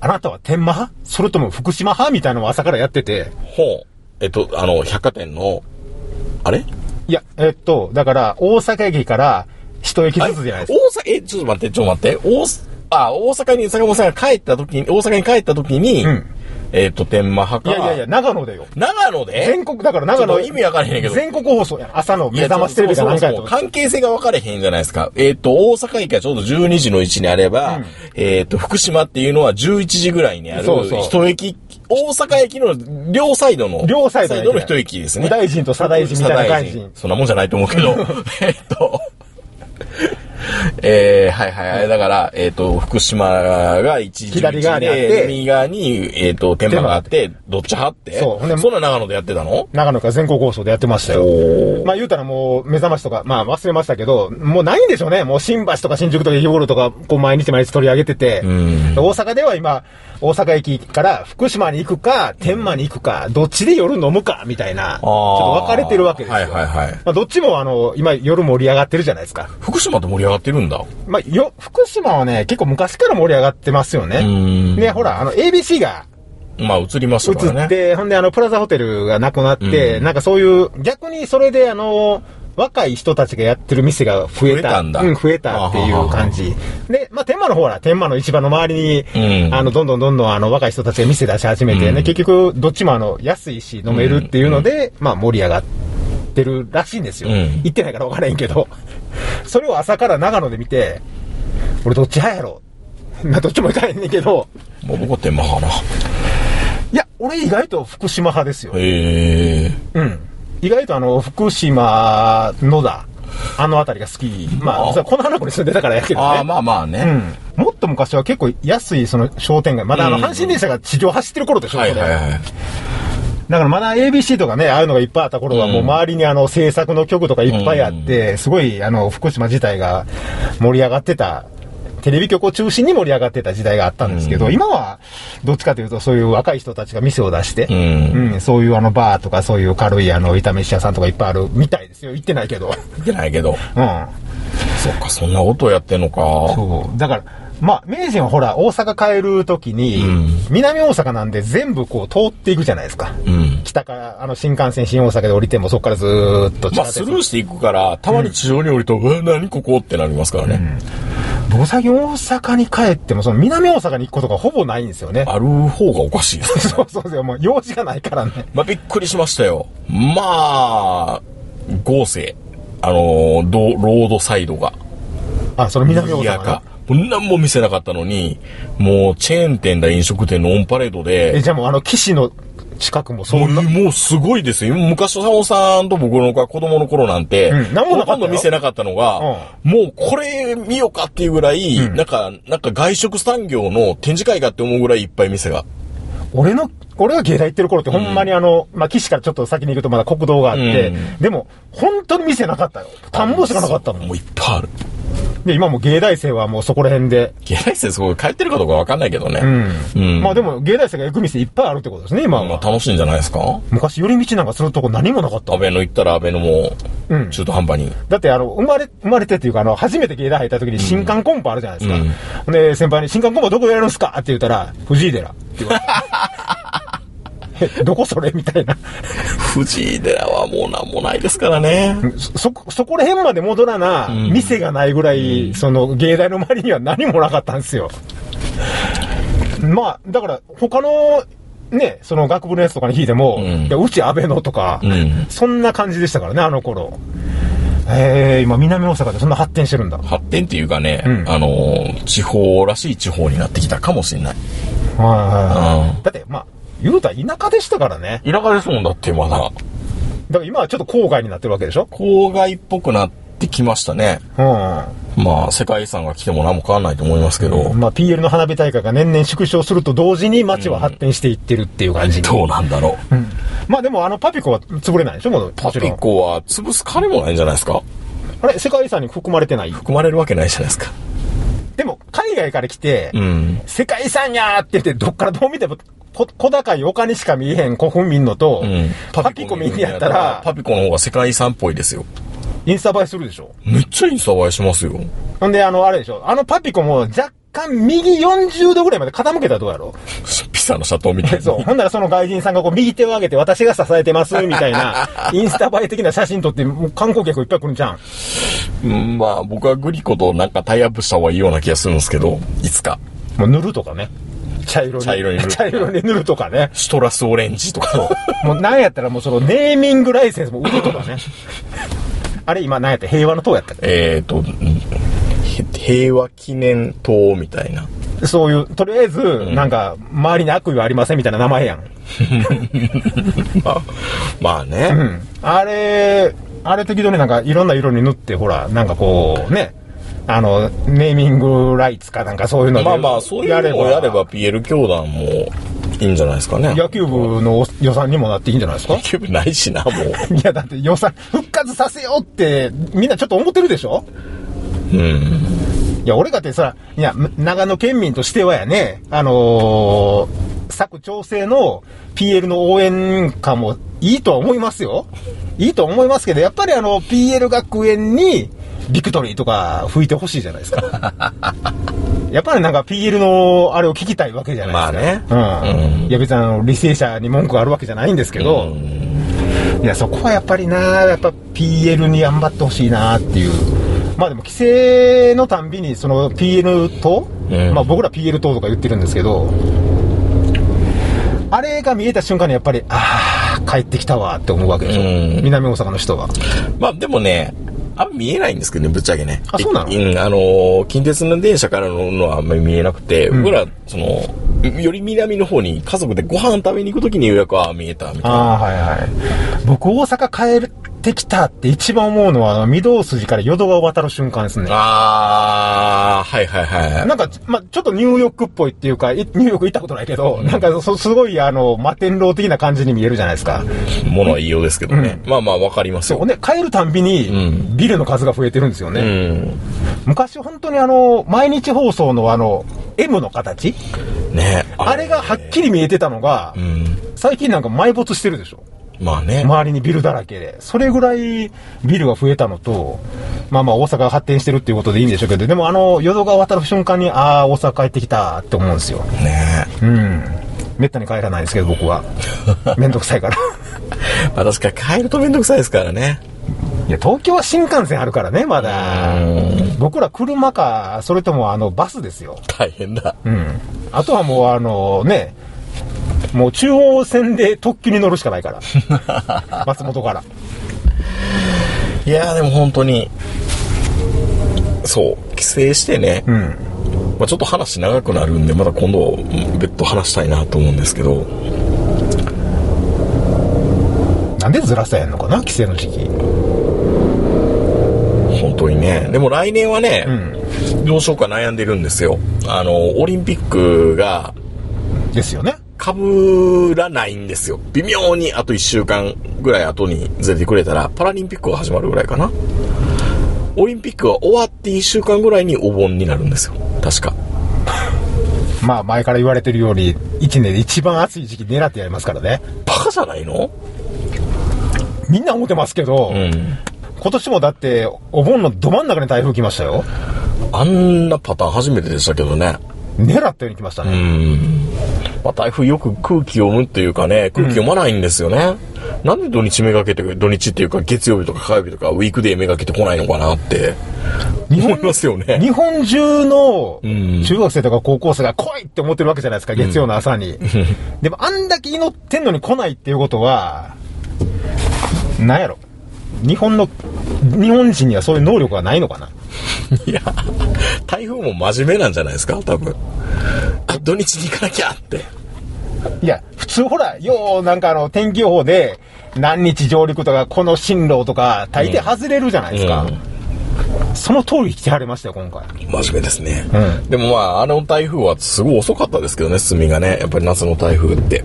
Speaker 3: あなたは天満派それとも福島派みたいなのを朝からやってて。
Speaker 2: ほう。えっと、あの、百貨店の、あれ
Speaker 3: いや、えっと、だから、大阪駅から、一駅ずつじゃないです
Speaker 2: 大
Speaker 3: か。
Speaker 2: 阪、え、ちょっと待って、ちょっと待って。大阪、あ、大阪に坂本さんが帰った時に、大阪に帰った時に、
Speaker 3: うん
Speaker 2: えっ、と、天満
Speaker 3: い
Speaker 2: 墓。
Speaker 3: やいやいや、長野でよ。
Speaker 2: 長野で
Speaker 3: 全国、だから
Speaker 2: ち
Speaker 3: 長
Speaker 2: ょっ
Speaker 3: 野。
Speaker 2: と意味わからへんねんけど
Speaker 3: 全国放送やん。朝の
Speaker 2: い
Speaker 3: 目
Speaker 2: や
Speaker 3: 覚ましテレビか何かや
Speaker 2: そう
Speaker 3: と。
Speaker 2: そうそう関係性が分かれへんじゃないですか。えっ、と、大阪駅がちょうど12時の位置にあれば、えっ、と、福島っていうのは11時ぐらいにある、
Speaker 3: そうそう
Speaker 2: 一駅、大阪駅の両サイドの、
Speaker 3: 両サイド
Speaker 2: の一駅ですね。
Speaker 3: 大臣と左大臣みたいな感
Speaker 2: 左大
Speaker 3: じ
Speaker 2: 臣。そんなもんじゃないと思うけ ど、えっと、えー、はいはいはい。だから、えっ、と、福島が1時
Speaker 3: 左側にあって
Speaker 2: で右側に、えっ、と、天満があって、どっち派って
Speaker 3: そうほんで
Speaker 2: そんな長野でやってたの
Speaker 3: 長野から全国放送でやってましたよ。
Speaker 2: お
Speaker 3: まあ言うたらもう目覚ましとか、まあ忘れましたけど、もうないんでしょうね。もう新橋とか新宿とか日頃とか、こう毎日毎日取り上げてて、
Speaker 2: ん
Speaker 3: 大阪では今、大阪駅から福島に行くか、天満に行くか、どっちで夜飲むか、みたいな、ちょっと分かれてるわけですよ。
Speaker 2: はいはいはい。
Speaker 3: まあどっちもあの、今夜盛り上がってるじゃないですか。
Speaker 2: 福島って盛り上がってるんだ。
Speaker 3: まあ、よ、福島はね、結構昔から盛り上がってますよね
Speaker 2: う。ん
Speaker 3: で、ほら、あの、ABC が
Speaker 2: まあ、映りましたからね。
Speaker 3: 映って、ほんで、あの、プラザホテルがなくなって、
Speaker 2: うん
Speaker 3: なんかそういう、逆にそれで、あの、若い人たちがやってる店が増えた。
Speaker 2: 増えたんだ
Speaker 3: うん、増えたっていう感じ。で、まあ、天満の方は、天満の市場の周りに、
Speaker 2: うん
Speaker 3: あの、どんどんどんどん、あの、若い人たちが店出し始めてね、
Speaker 2: うん
Speaker 3: 結局、どっちも、あの、安いし、飲めるっていうので、まあ、盛り上がってるらしいんですよ。
Speaker 2: うん
Speaker 3: 行ってないから分からへんけど。それを朝から長野で見て、俺どっち派やろ まあ、どっちも行かへんねんけど、
Speaker 2: もう僕は天満かな。
Speaker 3: いや、俺意外と福島派ですよ。
Speaker 2: へえ。
Speaker 3: うん。意外とあの、福島、野田、あの辺りが好き。ま
Speaker 2: ああ
Speaker 3: あ、それはこの花子に住んでたからやけどね。
Speaker 2: ああ、まあまあね。
Speaker 3: うん。もっと昔は結構安いその商店街。まだあの、
Speaker 2: うん
Speaker 3: 阪神電車が地上走ってる頃でしょ、
Speaker 2: はい
Speaker 3: それ
Speaker 2: はいはい。
Speaker 3: だからまだ ABC とかね、ああいうのがいっぱいあった頃は、もう周りにあの、制作の曲とかいっぱいあって、すごいあの、福島自体が盛り上がってた。テレビ局を中心に盛り上がってた時代があったんですけど、今は、どっちかというと、そういう若い人たちが店を出して、
Speaker 2: うん
Speaker 3: うん、そういうあのバーとかそういう軽いあの炒めし屋さんとかいっぱいあるみたいですよ。行ってないけど。
Speaker 2: いけないけど。
Speaker 3: うん。
Speaker 2: そっか、そんなことやってんのか。
Speaker 3: そう。だから、まあ、明治はほら、大阪帰るとき
Speaker 2: う
Speaker 3: に、
Speaker 2: ん
Speaker 3: 南大阪なんで全部こう通っていくじゃないですか。
Speaker 2: うん。
Speaker 3: 北から、あの、新幹線新大阪で降りても、そこからずーっと地
Speaker 2: まあ、
Speaker 3: 下鉄
Speaker 2: スルーしていくから、たまに地上に降りると、うわ、何ここってなりますからね。
Speaker 3: 僕最近大阪に帰っても、その南大阪に行くことがほぼないんですよね。
Speaker 2: ある方がおかしい ですね。
Speaker 3: そうそうそう、もう用事がないからね。
Speaker 2: まあ、びっくりしましたよ。まあ、豪勢。あのー、どロードサイドが。
Speaker 3: あ、その南大
Speaker 2: いやか
Speaker 3: 阪が。。
Speaker 2: もう何も見せなかったのに、もう、チェーン店だ飲食店のオンパレードで
Speaker 3: え、、じゃあもうあの、岸の近くもそ
Speaker 2: もうん
Speaker 3: な、
Speaker 2: もうすごいですよ。昔の佐野さんと僕の子供の頃なんて、
Speaker 3: うん何もな
Speaker 2: ほ
Speaker 3: かったよ
Speaker 2: とんど見せなかったのが、もうこれ見ようかっていうぐらい、なんか、なんか外食産業の展示会かって思うぐらいいっぱい店が。
Speaker 3: 俺の、俺が芸大行ってる頃ってほんまにあの、まあ、岸からちょっと先に行くとまだ国道があって、
Speaker 2: うん
Speaker 3: でも、本当に店なかったよ。田んぼしかなかったもん。
Speaker 2: もういっぱいある。
Speaker 3: で、今も芸大生はもうそこら辺で。
Speaker 2: 芸大生そこ帰ってるかどうかわかんないけどね。
Speaker 3: うん。まあで
Speaker 2: も、
Speaker 3: も、芸大生が行く店いっぱいあるってことですね、今
Speaker 2: まあ
Speaker 3: は。
Speaker 2: 楽しいんじゃないですか
Speaker 3: 昔寄り道なんかするとこ何もなかった
Speaker 2: 安。倍の行ったら安倍のも
Speaker 3: うん、
Speaker 2: 中途半端に。
Speaker 3: だって、あの、生まれ、生まれてっていうか、あの、初めて芸大入った時に新刊コンパあるじゃないですか。で、先輩に、新刊コンパどこやるんすかって言ったら、藤井寺って言われ た。えどこそれみたいな。
Speaker 2: 藤井寺はもうなんもないですからね。
Speaker 3: そ、そこ、そこら辺まで戻らな、店がないぐらい、その、芸大の周りには何もなかったんですよ。まあ、だから、他の、ね、その学部のやつとかに引いても、
Speaker 2: ん
Speaker 3: ういやうち安倍のとか、
Speaker 2: うん
Speaker 3: そんな感じでしたからね、あの頃。えー、今、南大阪でそんな発展してるんだ。
Speaker 2: 発展っていうかね、
Speaker 3: うん
Speaker 2: あの、地方らしい地方になってきたかもしれない。
Speaker 3: はいはいは
Speaker 2: う
Speaker 3: い。だって、まあ、言うたら田舎でしたからね。
Speaker 2: 田舎ですもんだってまだ。
Speaker 3: だから今はちょっと郊外になってるわけでしょ
Speaker 2: 郊外っぽくなってきましたね。
Speaker 3: うん。
Speaker 2: まあ、世界遺産が来ても何も変わらないと思いますけど、
Speaker 3: まあ、PL の花火大会が年々縮小すると同時に街は発展していってるっていう感じ。
Speaker 2: どうなんだろう。
Speaker 3: まあでもあのパピコは潰れないでしょもう
Speaker 2: パ
Speaker 3: もちろ
Speaker 2: ピ
Speaker 3: ん。
Speaker 2: コは潰す金もないんじゃないですか
Speaker 3: あれ世界遺産に含まれてない
Speaker 2: 含まれるわけないじゃないですか。
Speaker 3: でも海外から来て、
Speaker 2: うん。
Speaker 3: 世界遺産やーって言ってどっからどう見てもこ小高い丘にしか見えへん古墳見んのと、
Speaker 2: うん
Speaker 3: パピコ見んやったら
Speaker 2: パピコの方が世界遺産っぽいですよ。
Speaker 3: インスタ映えするでしょ
Speaker 2: めっちゃインスタ映えしますよ。
Speaker 3: ほんであのあれでしょあのパピコも若干右40度ぐらいまで傾けたらどうやろ
Speaker 2: ピサのシャトーみたいに。
Speaker 3: そう。ほんならその外人さんがこう右手を上げて私が支えてますみた いなインスタ映え的な写真撮ってもう観光客いっぱい来るんじゃん。
Speaker 2: うんまあ、僕はグリコとなんかタイアップした方がいいような気がするんですけど、いつか。
Speaker 3: もう塗るとかね。茶色に。
Speaker 2: 茶色に塗る
Speaker 3: 茶色に塗るとかね。
Speaker 2: シトラスオレンジと か。
Speaker 3: もうなんやったらもうそのネーミングライセンスも売ると かね。あれ今なんやった平和の党やったっ
Speaker 2: えっと、うんへ平和記念塔みたいな。
Speaker 3: けそういう、とりあえず、なんか、周りに悪意はありませんみたいな名前やん。
Speaker 2: まあ、まあね。
Speaker 3: うん。あれ、あれ適当になんかいろんな色に塗って、ほら、なんかこう、ね、あの、ネーミングライツかなんかそういうので
Speaker 2: まあまあ、そういうのをやれば、PL 教団もいいんじゃないですかね。
Speaker 3: 野球部の予算にもなっていいんじゃない ですか
Speaker 2: 野球部ないしな、も
Speaker 3: いや、だって予算、復活させようって、みんなちょっと思ってるでしょ
Speaker 2: う。うん。
Speaker 3: いや、俺かってさ、いや、長野県民としてはやね、あのー、作調整の PL の応援歌もいいとは思いますよ。いいと思いますけど、やっぱりあの、PL 学園に、ビクトリーとか吹いてほしいじゃないですか。 やっぱりなんか PL のあれを聞きたいわけじゃないですか。
Speaker 2: まあね
Speaker 3: うん。
Speaker 2: うん
Speaker 3: いや別にあの、履正社に文句があるわけじゃないんですけど、いや、そこはやっぱりな、やっぱ PL に頑張ってほしいなっていう。まあでも、規制のたんびに、その PL 党、
Speaker 2: うん
Speaker 3: まあ僕ら PL 党とか言ってるんですけど、あれが見えた瞬間にやっぱり、ああ、帰ってきたわって思うわけでしょ。
Speaker 2: うん
Speaker 3: 南大阪の人は。
Speaker 2: まあでもね、あんま見えないんですけどね、ぶっちゃけね。
Speaker 3: あそうなの
Speaker 2: ん、あのー近鉄の電車からののはあんまり見えなくて、僕ら、その、より南の方に家族でご飯食べに行くときに予約は見えたみたいな。
Speaker 3: ああ、はいはい。僕、大阪帰ってきたって一番思うのは、あの、御堂筋から淀川を渡る瞬間ですね。
Speaker 2: ああー、はいはいはい。
Speaker 3: なんか、まあ、ちょっとニューヨークっぽいっていうか、いニューヨーク行ったことないけど、なんかそ、すごい、あの、摩天楼的な感じに見えるじゃないですか。
Speaker 2: ものは言いようですけどね。まあまあわかります
Speaker 3: そう
Speaker 2: よ。
Speaker 3: ね、帰るたんびに
Speaker 2: う、
Speaker 3: ビルの数が増えてるんですよ
Speaker 2: う
Speaker 3: ね。
Speaker 2: ん。
Speaker 3: 昔、本当にあの、毎日放送のあの、M の形
Speaker 2: ね
Speaker 3: あれがはっきり見えてたのが
Speaker 2: う、ん。
Speaker 3: 最近なんか埋没してるでしょ
Speaker 2: まあね。
Speaker 3: 周りにビルだらけで。それぐらいビルが増えたのと、まあまあ大阪が発展してるっていうことでいいんでしょうけど、でもあの、淀川渡る瞬間に、ああ、大阪帰ってきたって思うんですよ。
Speaker 2: ね
Speaker 3: うん。めったに帰らないですけど、僕は。 めんどくさい から。
Speaker 2: まあ確かに帰るとめんどくさいですからね。
Speaker 3: いや、東京は新幹線あるからね、まだ
Speaker 2: う。
Speaker 3: 僕ら車か、それともあの、バスですよ。
Speaker 2: 大変だ。
Speaker 3: うん。あとはもうあの、ね、もう中央線で特急に乗るしかな いから。松本から。
Speaker 2: いやーでも本当に、そう、帰省してね、
Speaker 3: うん。
Speaker 2: まあ、ちょっと話長くなるんで、まだ今度、別途話したいなと思うんですけど、
Speaker 3: なんでずらせへんのかな帰省の時期。
Speaker 2: 本当にね。でも来年はね、
Speaker 3: ん
Speaker 2: どうしようか悩んでるんですよ。あの、オリンピックが
Speaker 3: ですよね。
Speaker 2: 被らないんですよ。微妙にあと1週間ぐらい後にずれてくれたら、パラリンピックが始まるぐらいかな。オリンピックが終わって1週間ぐらいにお盆になるんですよ。確か。
Speaker 3: まあ前から言われてるように、一年で一番暑い時期狙ってやりますからね。
Speaker 2: バカじゃないの
Speaker 3: みんな思ってますけど、
Speaker 2: うん。
Speaker 3: 今年もだって、お盆のど真ん中に台風来ましたよ。
Speaker 2: あんなパターン初めてでしたけどね。
Speaker 3: 狙ったように来ました
Speaker 2: う
Speaker 3: ね。
Speaker 2: ん。まあ、台風よく空気読むっていうかね、空気読まないんですよね。なんで土日めがけて、土日っていうか月曜日とか火曜日とかウィークデーめがけてこないのかなって
Speaker 3: 日
Speaker 2: 思い
Speaker 3: 本
Speaker 2: ますよね。
Speaker 3: 日本中の
Speaker 2: ん
Speaker 3: 中学生とか高校生が来いって思ってるわけじゃないですか、月曜の朝に。でもあんだけ祈ってんのに来ないっていうことは、なんやろ。日本の、日本人にはそういう能力がないのかな。
Speaker 2: いや、台風も真面目なんじゃないですか多分。あ、土日に行かなきゃって。
Speaker 3: いや、普通ほら、ようなんかあの、天気予報で、何日上陸とか、この進路とか、大抵外れるじゃないですか。その通り来てはれましたよ、今回。
Speaker 2: 真面目ですね。
Speaker 3: う
Speaker 2: でもまあ、あの台風はすごい遅かったですけどね、進みがね。やっぱり夏の台風って。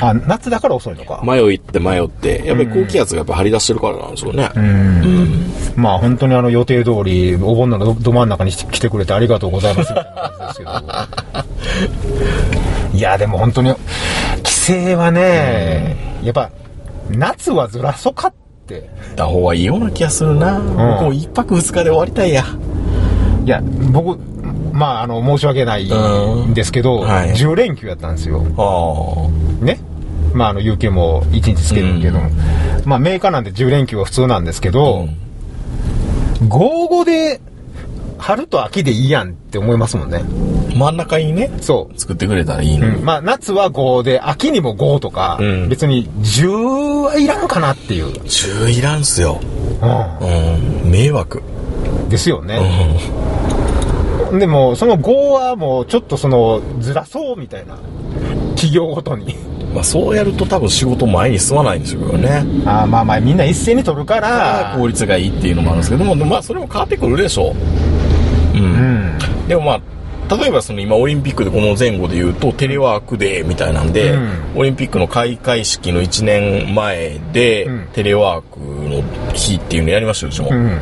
Speaker 3: あ、夏だから遅いのか。
Speaker 2: 迷いって迷って、やっぱり高気圧がやっぱ張り出してるからなんでしょうね。
Speaker 3: まあ本当にあの予定通り、お盆のどど真ん中に来てくれてありがとうございますみたいな感じ ですけど。いや、でも本当に、帰省はね、やっぱ、夏はずらそかって。
Speaker 2: 行った方がいいような気がするな。もう一泊二日で終わりたいや。
Speaker 3: いや、僕、まああの、申し訳ないんですけど、
Speaker 2: うんはい
Speaker 3: 10連休やったんですよ。
Speaker 2: ああ。
Speaker 3: ね。まあ、あの、有給も1日つけるけど、まあ、メーカーなんで10連休は普通なんですけど、午後で、春と秋でいいやんって思いますもんね。
Speaker 2: 真ん中にね、
Speaker 3: そ。
Speaker 2: 作ってくれたらいいう
Speaker 3: う
Speaker 2: のに。
Speaker 3: ん。まあ、夏は5で、秋にも5とか、
Speaker 2: うん
Speaker 3: 別に10はいらんかなっていう。う
Speaker 2: 注意なんすよ。
Speaker 3: ん。
Speaker 2: うん。迷惑。
Speaker 3: ですよね。
Speaker 2: う
Speaker 3: でも、その5はもう、ちょっとその、ずらそうみたいな。企業ごとに。
Speaker 2: ん。まあそうやると多分仕事前に進まないんでしょうけどね。
Speaker 3: ああ、まあまあ、みんな一斉に取るから、
Speaker 2: 効率がいいっていうのもあるんですけども、でもまあそれも変わってくるでしょう。
Speaker 3: うん。
Speaker 2: でもまあ、例えばその今オリンピックでこの前後で言うとテレワークデーみたいなんで、
Speaker 3: うん
Speaker 2: オリンピックの開会式の1年前で、
Speaker 3: ん
Speaker 2: テレワークの日っていうのやりましたでしょ、
Speaker 3: うん。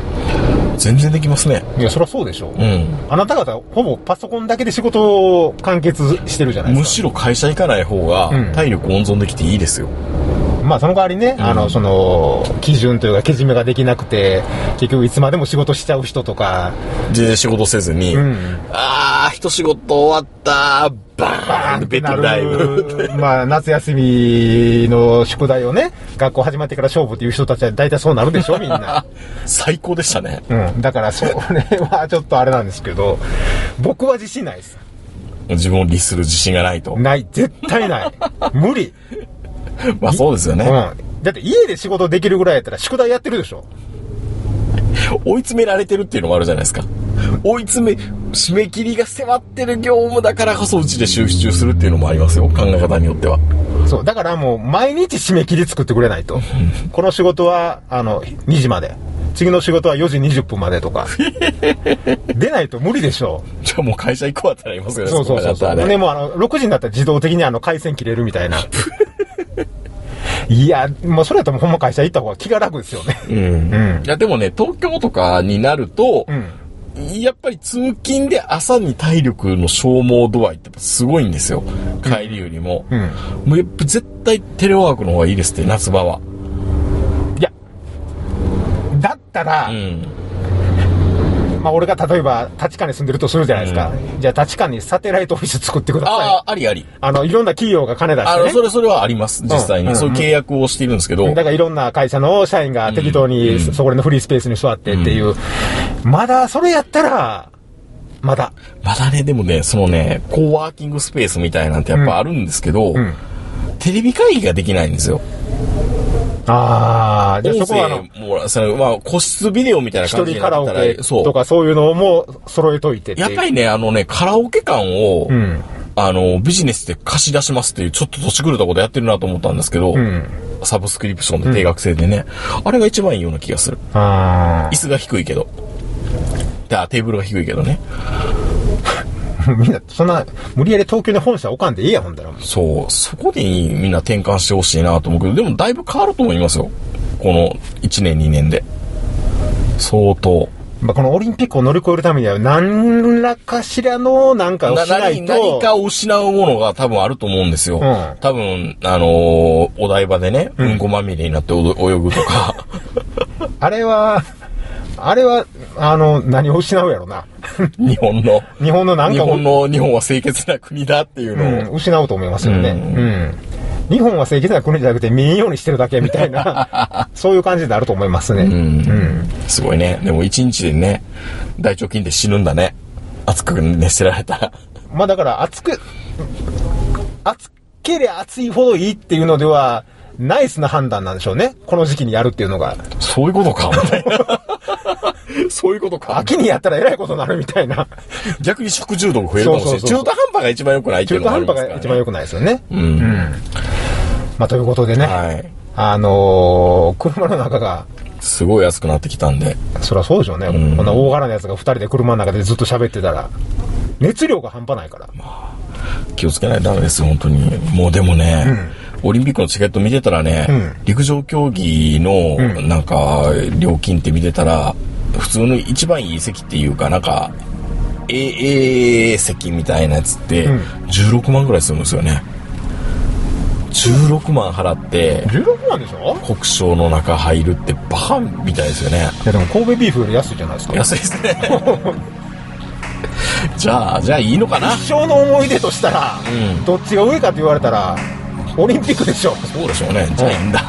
Speaker 2: 全然できますね。
Speaker 3: いや、そりゃそうでしょ。
Speaker 2: うん。
Speaker 3: あなた方、ほぼパソコンだけで仕事を完結してるじゃないで
Speaker 2: む
Speaker 3: す
Speaker 2: しろ会社行かない方が
Speaker 3: うん
Speaker 2: 体力温存できていいですよ。
Speaker 3: か。まあ、その代わりね、あの、その、基準というか、けじめができなくて、結局いつまでも仕事しちゃう人とか、
Speaker 2: 全然仕事せずに、
Speaker 3: うん
Speaker 2: あー、一仕事終わったバーンベッドライブ。
Speaker 3: まあ、夏休みの宿題をね、学校始まってから勝負っていう人たちは大体そうなるでしょ、み んな。
Speaker 2: 最高でしたね。
Speaker 3: うん。だから、それはちょっとあれなんですけど、僕は自信ないです。
Speaker 2: 自分を律する自信がないと。
Speaker 3: ない。絶対 ない。無理。
Speaker 2: まあそうですよ
Speaker 3: う
Speaker 2: ね。
Speaker 3: ん。だって家で仕事できるぐらいやったら宿題やってるでしょ。
Speaker 2: 追い詰められてるっていうのもあるじゃないですか。追い詰め、締め切りが迫ってる業務だからこそうちで集中するっていうのもありますよ。考え方によっては。
Speaker 3: そう、だからもう毎日締め切り作ってくれ ないと。この仕事は、あの、2時まで。次の仕事は4時20分まで とか。出ないと無理でしょ
Speaker 2: じゃあもう会社行こうってなりますよ
Speaker 3: う。
Speaker 2: ね。
Speaker 3: そうそうそう
Speaker 2: こま
Speaker 3: そう。
Speaker 2: でだったら
Speaker 3: で
Speaker 2: ね。
Speaker 3: もうあの、6時になったら自動的にあの、回線切れるみたいな。いや、もうそれだともうほんま会社行った方が気が楽ですよね。
Speaker 2: うん。
Speaker 3: うん
Speaker 2: い。やでもね、東京とかになると、
Speaker 3: うん。
Speaker 2: やっぱり通勤で朝に体力の消耗度合いってやっぱすごいんですよ。帰りよりも。
Speaker 3: うん。
Speaker 2: もうやっぱ絶対テレワークの方がいいですって、夏場は。
Speaker 3: いや。だったら、
Speaker 2: うん。
Speaker 3: まあ俺が例えば、立川に住んでるとするじゃないですか。じゃあ立川にサテライトオフィス作ってください。
Speaker 2: ああ、ありあり。
Speaker 3: あの、いろんな企業が金出し
Speaker 2: あ
Speaker 3: て、
Speaker 2: の、
Speaker 3: ね。
Speaker 2: それ、それはあります。実際に。
Speaker 3: うん
Speaker 2: そういう契約をしているんですけど。
Speaker 3: だからいろんな会社の社員が適当にそそこらのフリースペースに座ってっていう、まだそれやったら、まだ、
Speaker 2: まだね、でもね、そのね、コーワーキングスペースみたいなんてやっぱあるんですけど、
Speaker 3: ん
Speaker 2: テレビ会議ができないんですよ。
Speaker 3: ああ、じゃあ
Speaker 2: 音
Speaker 3: そこはあ
Speaker 2: 声
Speaker 3: の、
Speaker 2: もらその、まあ、個室ビデオみたいな
Speaker 3: 一
Speaker 2: 感じ
Speaker 3: 人
Speaker 2: に
Speaker 3: カ
Speaker 2: な
Speaker 3: ラ
Speaker 2: っ
Speaker 3: オ
Speaker 2: た
Speaker 3: ケ
Speaker 2: ら、そ
Speaker 3: と
Speaker 2: う。
Speaker 3: かそういうのも揃えといてってい
Speaker 2: や
Speaker 3: う。
Speaker 2: っぱりね、あのね、カラオケ感を、
Speaker 3: うん。
Speaker 2: あの、ビジネスで貸し出しますっていう、ちょっと年狂ったことやってるなと思ったんですけど、
Speaker 3: うん。
Speaker 2: サブスクリプションで定額制でね、あれが一番いいような気がする。
Speaker 3: あ
Speaker 2: 椅子が低いけど。あテーブルが低いけどね。
Speaker 3: あ、みんな、そんな、無理やり東京に本社置かんでいいや、ほんだら。
Speaker 2: そう、そこにみんな転換してほしいなと思うけど、でもだいぶ変わると思いますよ。この1年2年で。相当。
Speaker 3: まあ、このオリンピックを乗り越えるためには、何らかしらのなんかを
Speaker 2: な
Speaker 3: しない
Speaker 2: 何
Speaker 3: と。
Speaker 2: 何かを失うものが多分あると思うんですよ。
Speaker 3: ん
Speaker 2: 多分、あのーお台場でね、うんこまみれになっておど泳ぐと か、
Speaker 3: あれは、あれは、あの、何を失うやろな。
Speaker 2: 日本の、
Speaker 3: 日本のなん
Speaker 2: 日
Speaker 3: かを、
Speaker 2: 本の、日本は清潔な国だっていう
Speaker 3: う
Speaker 2: の
Speaker 3: ん
Speaker 2: を。
Speaker 3: 失うと思いますよね。
Speaker 2: う
Speaker 3: うんん。日本は清潔な国じゃなくて民謡にしてるだけみた いな、そういう感じになると思いますね。うん
Speaker 2: う。すごいね。でも一日でね、大腸菌で死ぬんだね。熱く熱せられたら。
Speaker 3: まあだから、熱く、熱けりゃ熱いほどいいっていうのでは、ナイスな判断なんでしょうね。この時期にやるっていうのが。
Speaker 2: そういうことか、みたいな。 そういうこと か。
Speaker 3: 秋にやったらえらいことになるみたいな。
Speaker 2: 逆に食中毒増えるかもしれな
Speaker 3: そう
Speaker 2: い。
Speaker 3: そうそう
Speaker 2: 中途半端が一番良くないってい
Speaker 3: 中
Speaker 2: うの
Speaker 3: 途
Speaker 2: があり
Speaker 3: 半
Speaker 2: ますから、
Speaker 3: 端が
Speaker 2: ね。
Speaker 3: 一番良くないですよね。うんまあということでね、
Speaker 2: はい。
Speaker 3: あのー車の中が、
Speaker 2: すごい安くなってきたんで。
Speaker 3: そりゃそうでしょうね、
Speaker 2: ん
Speaker 3: こんな大柄なやつが2人で車の中でずっと喋ってたら熱量が半端ないから、
Speaker 2: 気をつけないとダメですよ、本当に。もうでもね、オリンピックのチケット見てたらね、
Speaker 3: ん
Speaker 2: 陸上競技の、なんか、料金って見てたら、普通の一番いい席っていうか、なんか、AA 席みたいなやつって、
Speaker 3: ん
Speaker 2: 16万ぐらいするんですよね。16万払って、
Speaker 3: 16万でしょ
Speaker 2: 国章の中入るってバカみたいですよね。
Speaker 3: いやでも神戸ビーフより安いじゃないですか
Speaker 2: 安いですね。じゃあ、じゃあいいのかな
Speaker 3: 一生の思い出としたら、
Speaker 2: うん
Speaker 3: どっちが上かと言われたらオリンピックでしょ
Speaker 2: そうでしょうね。じゃあいいんだ。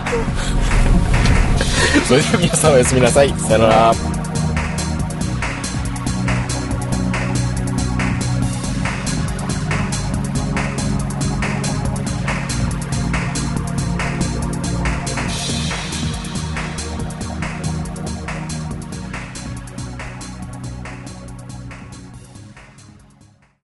Speaker 2: それでは皆さんおやすみなさい。さよなら。